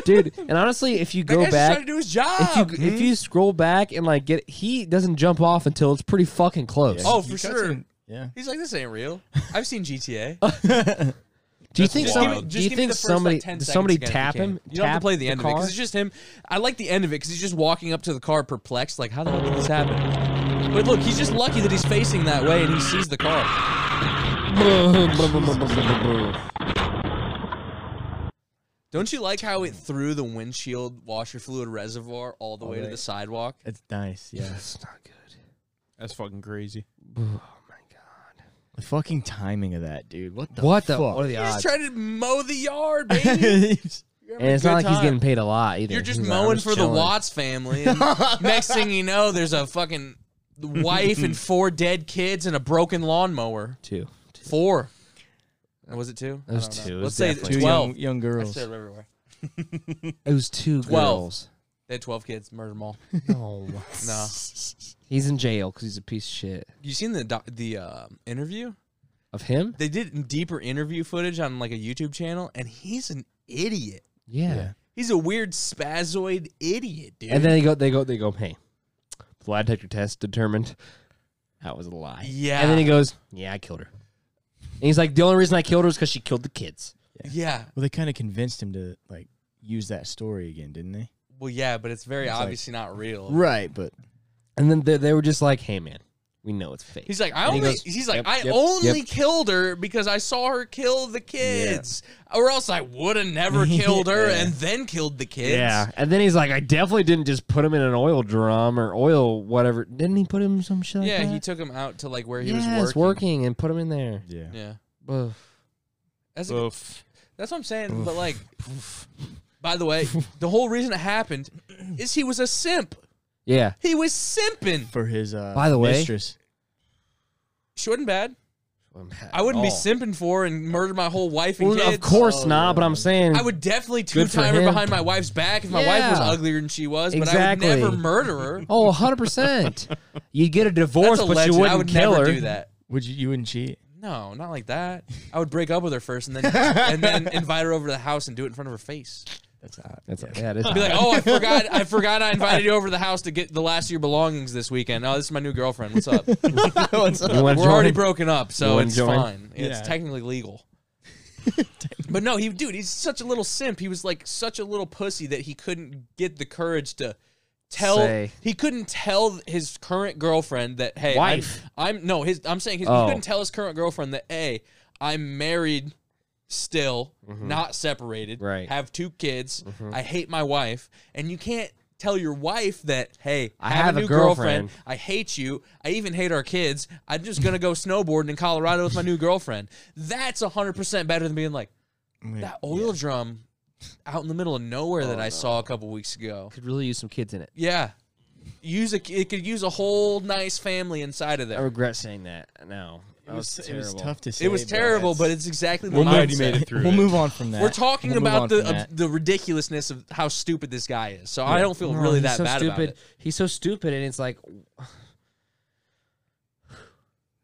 dude! And honestly, if you go that guy's just back, trying to do his job. Hmm? if you if you scroll back and like get, he doesn't jump off until it's pretty fucking close. oh, for sure. yeah. He's like, this ain't real. I've seen GTA. do you think Just wild. somebody? give me- Do just you give me think the first, like, somebody? 10 Did seconds somebody again if tap can. him? You don't have to Tap play the end of it car? because [LAUGHS] it's just him. I like the end of it because he's just walking up to the car perplexed, like, how the hell did this happen? But look, he's just lucky that he's facing that way and he sees the car. Don't you like how it threw the windshield washer fluid reservoir all the way to right. the sidewalk? It's nice. Yeah. That's not good. That's fucking crazy. Oh my god! The fucking timing of that, dude. What the What the? fuck? What are the He's just odds? trying to mow the [LAUGHS] yard, [LAUGHS] baby. And it's not like he's time. getting paid a lot either. You're just He's like, I'm mowing for the chilling. Watts [LAUGHS] family. And next thing you know, there's a fucking [LAUGHS] wife and four dead kids and a broken lawnmower. Two. Four. Or was it two? It was two. It Let's was say definitely Two young, 12. young girls. Said it everywhere. It was two 12. girls. They had 12 kids, murdered them all. No. No. [LAUGHS] he's in jail because he's a piece of shit. You seen the doc- the uh, interview? Of him? They did deeper interview footage on like a YouTube channel, and he's an idiot. Yeah. He's a weird spazoid idiot, dude. And then they go, they go, they go. Hey, the lie detector test determined that was a lie. Yeah. And then he goes, Yeah, I killed her. And he's like, The only reason I killed her is because she killed the kids. yeah, Well, they kind of convinced him to like use that story again, didn't they? well, yeah, but it's very It's like- obviously not real. Right, but And then they, they were just like, Hey, man, we know it's fake. He's like, I And he only. goes, he's like, "Yep, I yep, only yep." killed her because I saw her kill the kids, or else I would [LAUGHS] have never killed her Yeah. and then killed the kids. Yeah. And then he's like, I definitely didn't just put him in an oil drum or oil whatever. Didn't he put him in some shit? Like yeah. that? He took him out to like where he Yes, was working. working and put him in there. yeah. Yeah, Ugh. that's a, Oof. that's what I'm saying. But like, By the way, the whole reason it happened is he was a simp. Yeah. He was simping. for his uh, By the way- mistress. Short and bad. I wouldn't be simping for and murder my whole wife and Oh. Well, kids. of course Oh, not, yeah. but I'm saying I would definitely two Good for time her him. behind my wife's back if my wife was Yeah. uglier than she was, but I would Exactly. never murder her. Oh, [LAUGHS] 100%. You'd get a divorce, That's a but legend. you wouldn't I would kill never her. do that. Would you? You wouldn't cheat? No, not like that. I would break up with her first and then [LAUGHS] and then invite her over to the house and do it in front of her face. That's hot. That's, yeah, it is. Be like, oh, I forgot, I forgot, I invited you over to the house to get the last of your belongings this weekend. Oh, this is my new girlfriend. [LAUGHS] What's up? You wanna We're already join? broken up, so wanna it's join? fine. It's Yeah. technically legal. but no, he dude, he's such a little simp. He was like such a little pussy that he couldn't get the courage to tell Say. he couldn't tell his current girlfriend that hey, I'm- Wife. I'm, no, his I'm saying his, Oh. he couldn't tell his current girlfriend that hey, I'm married still, not separated, Mm-hmm. Right. Mm-hmm. have two kids. I hate my wife and you can't Tell your wife that, hey, I have, have a a new girlfriend. I hate you. I even hate our kids. I'm just gonna go snowboarding in Colorado with my new girlfriend. That's hundred percent better than being like Mm, that oil drum out in the middle of nowhere that I saw a couple weeks ago. Could really use some kids in it. Yeah, use a it could use a whole nice family inside of I there. regret saying that now. It was, it was terrible. tough to say. It was but terrible, that's- but it's exactly the We'll move- mindset. Glad you [LAUGHS] made it through We'll it. move on from that. We're talking We'll move on about the from that. of the ridiculousness of how stupid this guy is. So I don't feel Oh, really he's that so bad stupid. about it. He's so stupid, and it's like, [SIGHS]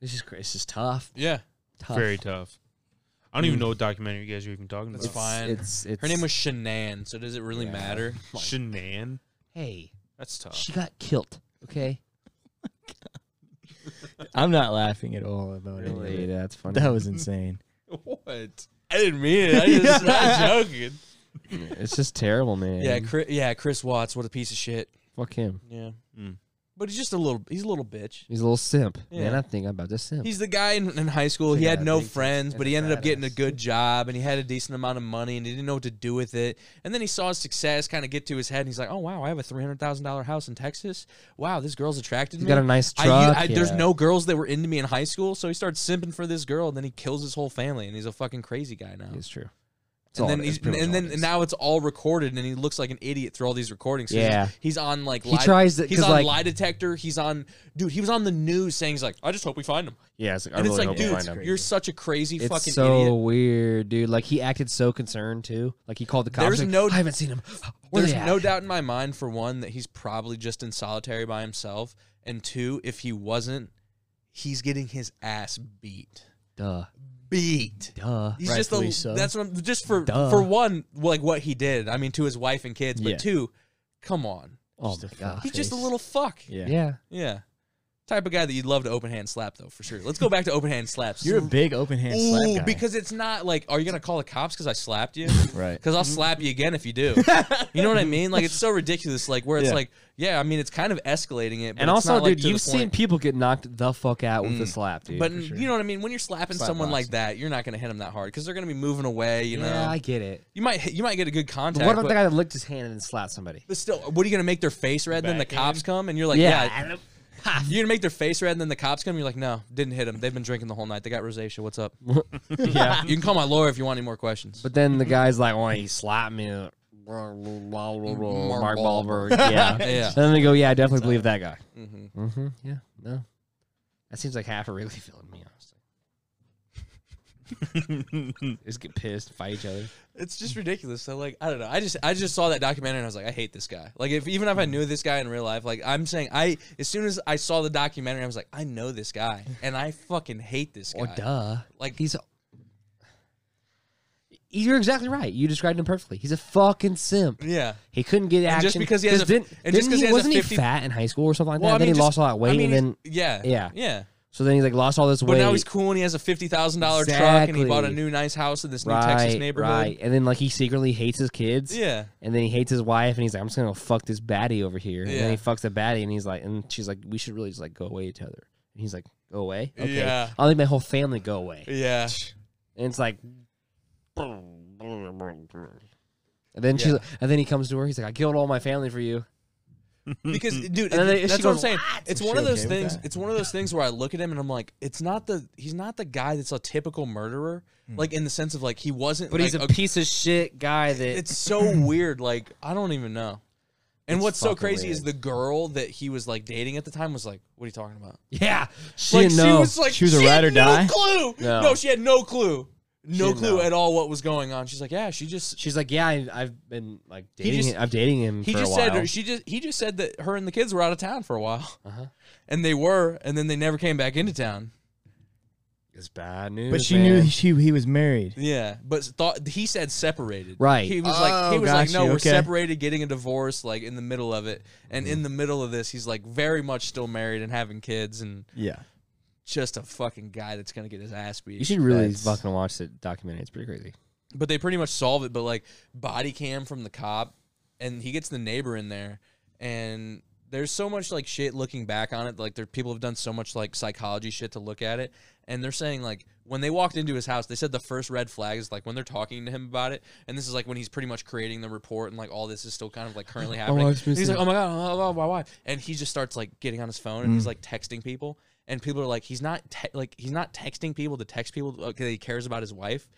this is cra- this is tough. Yeah, Tough. Very tough. I don't even know what documentary you guys are even talking that's about. fine. It's, it's Her name was Shanann, so does it really matter? Shenan. Hey, That's tough. she got killed. Okay, I'm not laughing at all about really, it. that's funny. That was insane. What? I didn't mean it. I [LAUGHS] just not joking. it's just terrible, man. Yeah, Chris, yeah, Chris Watts, what a piece of shit. fuck him. Yeah, Hmm. Mm. but he's just a little. He's a little bitch. He's a little simp. Man, Yeah. I think I'm about to simp. He's the guy in, in high school. He Yeah, had no he's- friends, he's but a he ended up getting a badass. good job, and he had a decent amount of money, and he didn't know what to do with it. And then he saw his success kind of get to his head, and he's like, "Oh wow, I have a three hundred thousand dollar house in Texas. Wow, this girl's attracted to He's me. got a nice I- truck. I- There's yeah. no girls that were into me in high school, so he starts simping for this girl, and then he kills his whole family, and he's a fucking crazy guy now. It's true. It's all and then it he's, is, pretty and much all then it is. now it's all recorded, and he looks like an idiot through all these recordings. 'cause Yeah. he's, he's on like He tries to- he's 'cause, on like- lie detector. He's on dude. He was on the news saying he's like, I just hope we find him. yeah, it's like, I And really it's like, hope we find dude, him. you're such a crazy It's fucking so idiot. weird, dude. Like he acted so concerned too. Like he called the cops. There's like, no- I haven't seen him. [GASPS] Where There's they at? no doubt in my mind for one that he's probably just in solitary by himself, and two, if he wasn't, he's getting his ass beat. Duh, Beat. duh. He's just a, Rightfully so. that's what I'm, just for Duh. for one like what he did. I mean, to his wife and kids, but Yeah. two, come on, Oh Just my a god. he's just a Face. little fuck. [LAUGHS] Yeah. Yeah. Yeah. Type of guy that you'd love to open hand slap though, for sure. Let's go back to open hand slaps. You're a big open hand slap Ooh, guy. because it's not like, are you gonna call the cops because I slapped you? right. Because I'll slap you again if you do. You know what I mean? Like it's so ridiculous. Like where it's Yeah. like, yeah, I mean it's kind of escalating it. But And it's also, not, like, dude, to the you've seen point- people get knocked the fuck out with a Mm. slap, dude. but you know what I mean. When you're slapping Slap someone like boxing. that, you're not gonna hit them that hard because they're gonna be moving away. You know, yeah, I get it. you might hit- you might get a good But contact. what about but, the guy that licked his hand and then slapped somebody? but still, what are you gonna make their face red? Then the Backhand? cops come and you're like, yeah, You're gonna make their face red, and then the cops come. You're like, no, didn't hit them. They've been drinking the whole night. They got rosacea. What's up? [LAUGHS] yeah. [LAUGHS] You can call my lawyer if you want any more questions. But then the guy's like, "Well, he slapped [LAUGHS] me." Blah, blah, blah, blah, blah. Mark Wahlberg. Yeah. Yeah. [LAUGHS] And then they go, "Yeah, I definitely believe that guy." Mm-hmm. Yeah. No. That seems like half are really feeling me, honestly. [LAUGHS] just get pissed, fight each other. it's just ridiculous. So like, I don't know. I just I just saw that documentary and I was like, I hate this guy. Like, if even if I knew this guy in real life, like I'm saying, I as soon as I saw the documentary, I was like, I know this guy, and I fucking hate this guy. Or duh. Like- he's. You're exactly right. You described him perfectly. He's a fucking simp. Yeah. He couldn't get just action because he has a- didn't, and didn't just 'cause he has a wasn't 50 he fat in high school or something like that. Well, I then mean, he just- lost all that weight, I and mean, then he's- yeah, yeah. yeah. so then he's like lost all this But weight. now he's cool and he has a fifty thousand dollar truck and he Exactly. bought a new nice house in this new right, Texas neighborhood. right, and then like he secretly hates his kids. Yeah. And then he hates his wife, and he's like, "I'm just gonna go fuck this baddie over here." And Yeah. then he fucks the baddie, and he's like, and she's like, "We should really just like go away each other." And he's like, "Go away? Okay. Yeah. I'll make my whole family go away." Yeah. And it's like, and then she's, and then he comes to her. He's like, "I killed all my family for you." because dude, Mm-hmm. And then it- they- that's she what I'm goes, saying. It's Was one she of those okay with things. that? It's one of those things where I look at him and I'm like, it's not the he's not the guy that's a typical murderer, Hmm. like in the sense of like he wasn't. But he's a like, piece of shit guy that It's so [CLEARS THROAT] weird. Like I don't even know. And It's what's so fucking crazy is weird. the girl that he was like dating at the time was like, "What are you talking about?" yeah. She like didn't know. she was like, She was a ride had or die? No clue. No. No. she had no clue. No didn't clue know. at all what was going on. She's like, "Yeah, she just She's like, yeah, I, I've been like He dating. just- him. I'm dating him. He for just a while. Uh-huh. said she just he just said that her and the kids were out of town for a while, [LAUGHS] and they were, and then they never came back into town. it's bad news. But she man. knew she he was married. Yeah, but thought he said separated. Right. He was like he Oh, was like got no, you, we're okay. separated, getting a divorce, like in the middle of it, and Mm-hmm. in the middle of this, he's like very much still married and having kids, and Yeah. just a fucking guy that's gonna get his ass beat. You should really That's- fucking watch the documentary. It's pretty crazy. but they pretty much solve it. But like body cam from the cop, and he gets the neighbor in there, and there's so much like shit looking back on it. Like there, people have done so much like psychology shit to look at it, and they're saying like when they walked into his house, they said the first red flag is like when they're talking to him about it, and this is like when he's pretty much creating the report, and like all this is still kind of like currently happening. wife's And he's like, missing. oh my god, oh, oh, why, why? And he just starts like getting on his phone and he's like texting people. And people are like, he's not te- like he's not texting people to text people because he cares about his wife.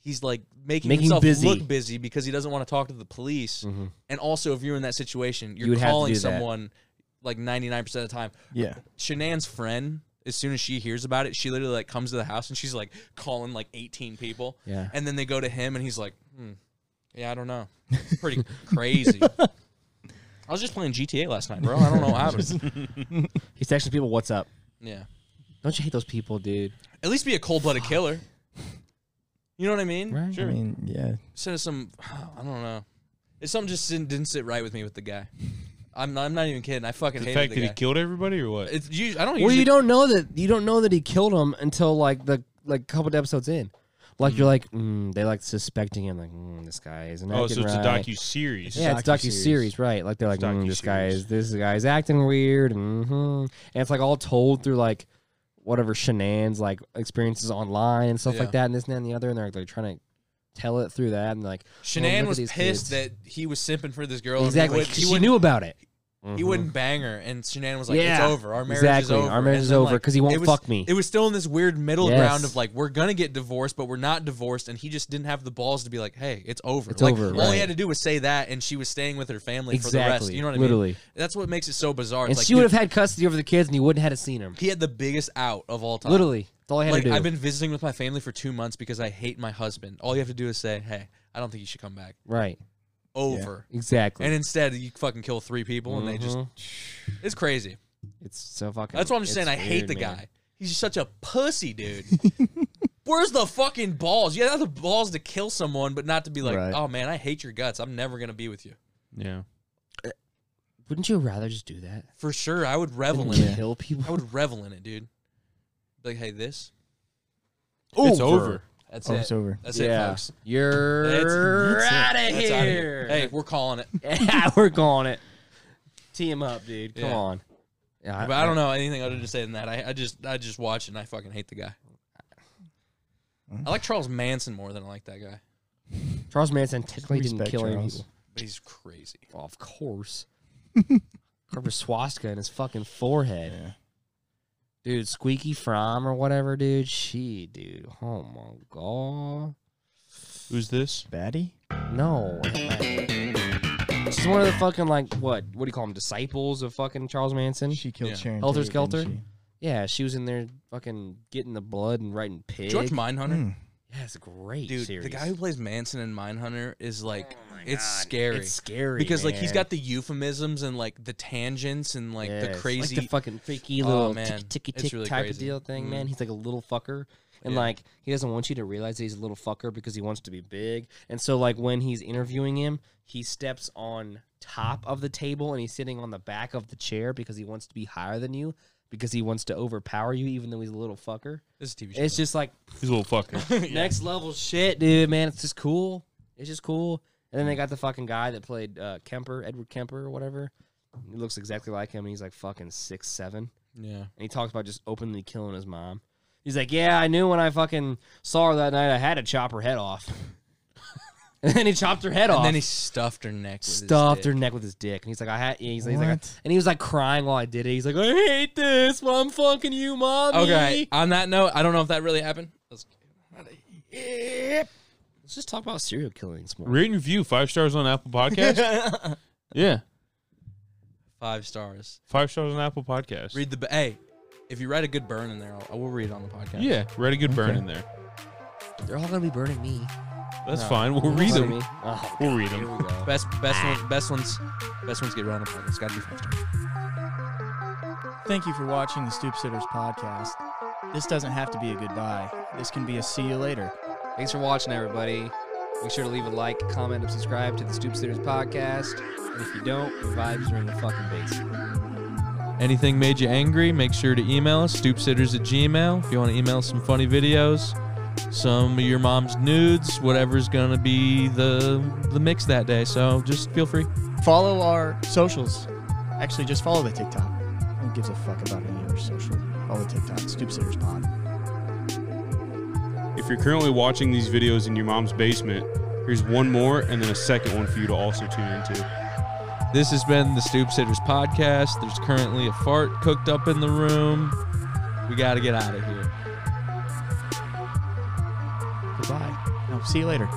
He's like making, Making himself busy. Mm-hmm. look busy because he doesn't want to talk to the police. And also, if you're in that situation, you're would have to calling do that. someone like 99% of the time. Yeah. Shanann's friend, as soon as she hears about it, she literally like comes to the house and she's like calling like 18 people. Yeah. And then they go to him and he's like, hmm, yeah, I don't know. It's pretty [LAUGHS] crazy. I was just playing GTA last night, bro. I don't know [LAUGHS] what happened. He's texting people, "What's up?" Yeah. Don't you hate those people, dude? At least be a cold blooded killer. You know what I mean? Right? I mean, yeah. Send us some, [SIGHS] I don't know. It's something just didn't, didn't sit right with me with the guy. I'm not, I'm not even kidding. I fucking The hated fact the that he guy. killed everybody or what? It's usually, I don't Well, usually you don't know that you don't know that he killed him until like the like couple of episodes in. Like you're Mm-hmm. like, mm, they like suspecting him, like mm, this guy isn't. oh, acting so it's a right. docu series. Yeah, it's docu docu-series. series, right? Like they're like, It's mm, this guy docu-series. is this guy's acting weird, hmm and it's like all told through like whatever Shanann's like experiences online and stuff Yeah. like that, and this and that and the other, and they're like they're trying to tell it through that, and like Shanann look at was these kids. pissed that he was simping for this girl. and exactly, He, would, 'cause he, she wouldn't, knew about it. he Mhm. wouldn't bang her, and Shanann was like, Yeah, "It's over. Our marriage is exactly. over. Our marriage And is then, over like, 'cause he won't it was- fuck me. It was still in this weird middle Yes. ground of like, we're gonna get divorced, but we're not divorced, and he just didn't have the balls to be like, "Hey, it's over. It's like, over, All he right. had to do was say that, and she was staying with her family for the rest. Exactly, You know what I mean? Mm-hmm. literally. That's what makes it so bizarre. It's and like, she would dude, have had custody over the kids, and he wouldn't have seen him. he had the biggest out of all time. Literally, that's all I had Like to do. I've been visiting with my family for two months because I hate my husband. All you have to do is say, "Hey, I don't think you should come back." right, Over. exactly. And instead, you fucking kill three people, and they just. Mhm. It's crazy. it's so fucking. That's what I'm just saying. it's I hate weird, the man. guy. He's just such a [LAUGHS] pussy, dude. Where's the fucking balls? You have the balls to kill someone, but not to be like, Right. oh man, I hate your guts. I'm never going to be with you. Yeah. Wouldn't you rather just do that? For sure. I would revel Than in it. Kill people. I would revel in it, dude. Like, hey, this. It's over. That's Oh, it. it's over. That's it, yeah, folks. you're That's- out that's of it. That's outta here. Hey, we're calling it. [LAUGHS] yeah, we're calling it. Tee him up, dude. Come Yeah. on. Yeah, But I don't know anything other to say than that. I, I just I just watch it and I fucking hate the guy. I like Charles Manson more than I like that guy. Charles Manson technically didn't Respect kill any Charles. people. But he's crazy. Well, of course. [LAUGHS] Covered swastika in his fucking forehead. Dude, Squeaky Fromm or whatever, dude. She, dude. Oh my god. Who's this? Batty? No. She's one of the fucking like what? What do you call them? Disciples of fucking Charles Manson. She killed Yeah. Sharon. Helter Tate, didn't Skelter? she? yeah, she was in there fucking getting the blood and writing pig. George Mindhunter. Mm. yeah, it's a great Dude, series. the guy who plays Manson in Mindhunter is like, it's scary. It's scary because like he's man. got the euphemisms and like the tangents and like Yes. the crazy. like the fucking freaky Oh, little man. ticky ticky It's tick really type crazy. of Mm. deal thing, man. He's like a little fucker, and Yeah. like he doesn't want you to realize that he's a little fucker because he wants to be big. And so like when he's interviewing him, he steps on top of the table and he's sitting on the back of the chair because he wants to be higher than you because he wants to overpower you even though he's a little fucker. this is a TV show. It's just like He's a [LAUGHS] little fucker. [LAUGHS] next level shit, dude, man. It's just cool. It's just cool. And then they got the fucking guy that played uh, Kemper, Edward Kemper or whatever. He looks exactly like him, and he's like fucking six seven. yeah. And he talks about just openly killing his mom. He's like, "Yeah, I knew when I fucking saw her that night, I had to chop her head off." [LAUGHS] and then he chopped her head off. And then he stuffed her neck. With stuffed his her dick. neck with his dick, and he's like, "I had," he's, he's like, What? and he was like crying while I did it. He's like, "I hate this, but I'm fucking you, mommy." Okay. On that note, I don't know if that really happened. Let's- [LAUGHS] let's just talk about serial killings more. Rate and review five stars on Apple Podcast. [LAUGHS] yeah, Five stars. five stars on Apple Podcast. Read the. ba- Hey, if you write a good burn in there, I'll, I will read it on the podcast. yeah, write a good burn Okay. in there. They're all gonna be burning me. That's No. fine. We'll read Burning them. me. Oh, [LAUGHS] We'll read here them. we go. Best best one, best ones best ones get rounded up. It's got to be five stars. Thank you for watching the Stoop Sitters podcast. This doesn't have to be a goodbye. This can be a see you later. Thanks for watching, everybody. Make sure to leave a like, comment, and subscribe to the Stoop Sitters podcast. And if you don't, the vibes are in the fucking basement. Anything made you angry, make sure to email us, stoopsitters at gmail. If you want to email some funny videos, some of your mom's nudes, whatever's going to be the the mix that day. So just feel free. Follow our socials. Actually, just follow the TikTok. Who gives a fuck about any other social? Follow the TikTok, Stoop Sitters Pod. If you're currently watching these videos in your mom's basement, here's one more and then a second one for you to also tune into. This has been the Stoop Sitters podcast. There's currently a fart cooked up in the room. We got to get out of here. Goodbye. No, see you later.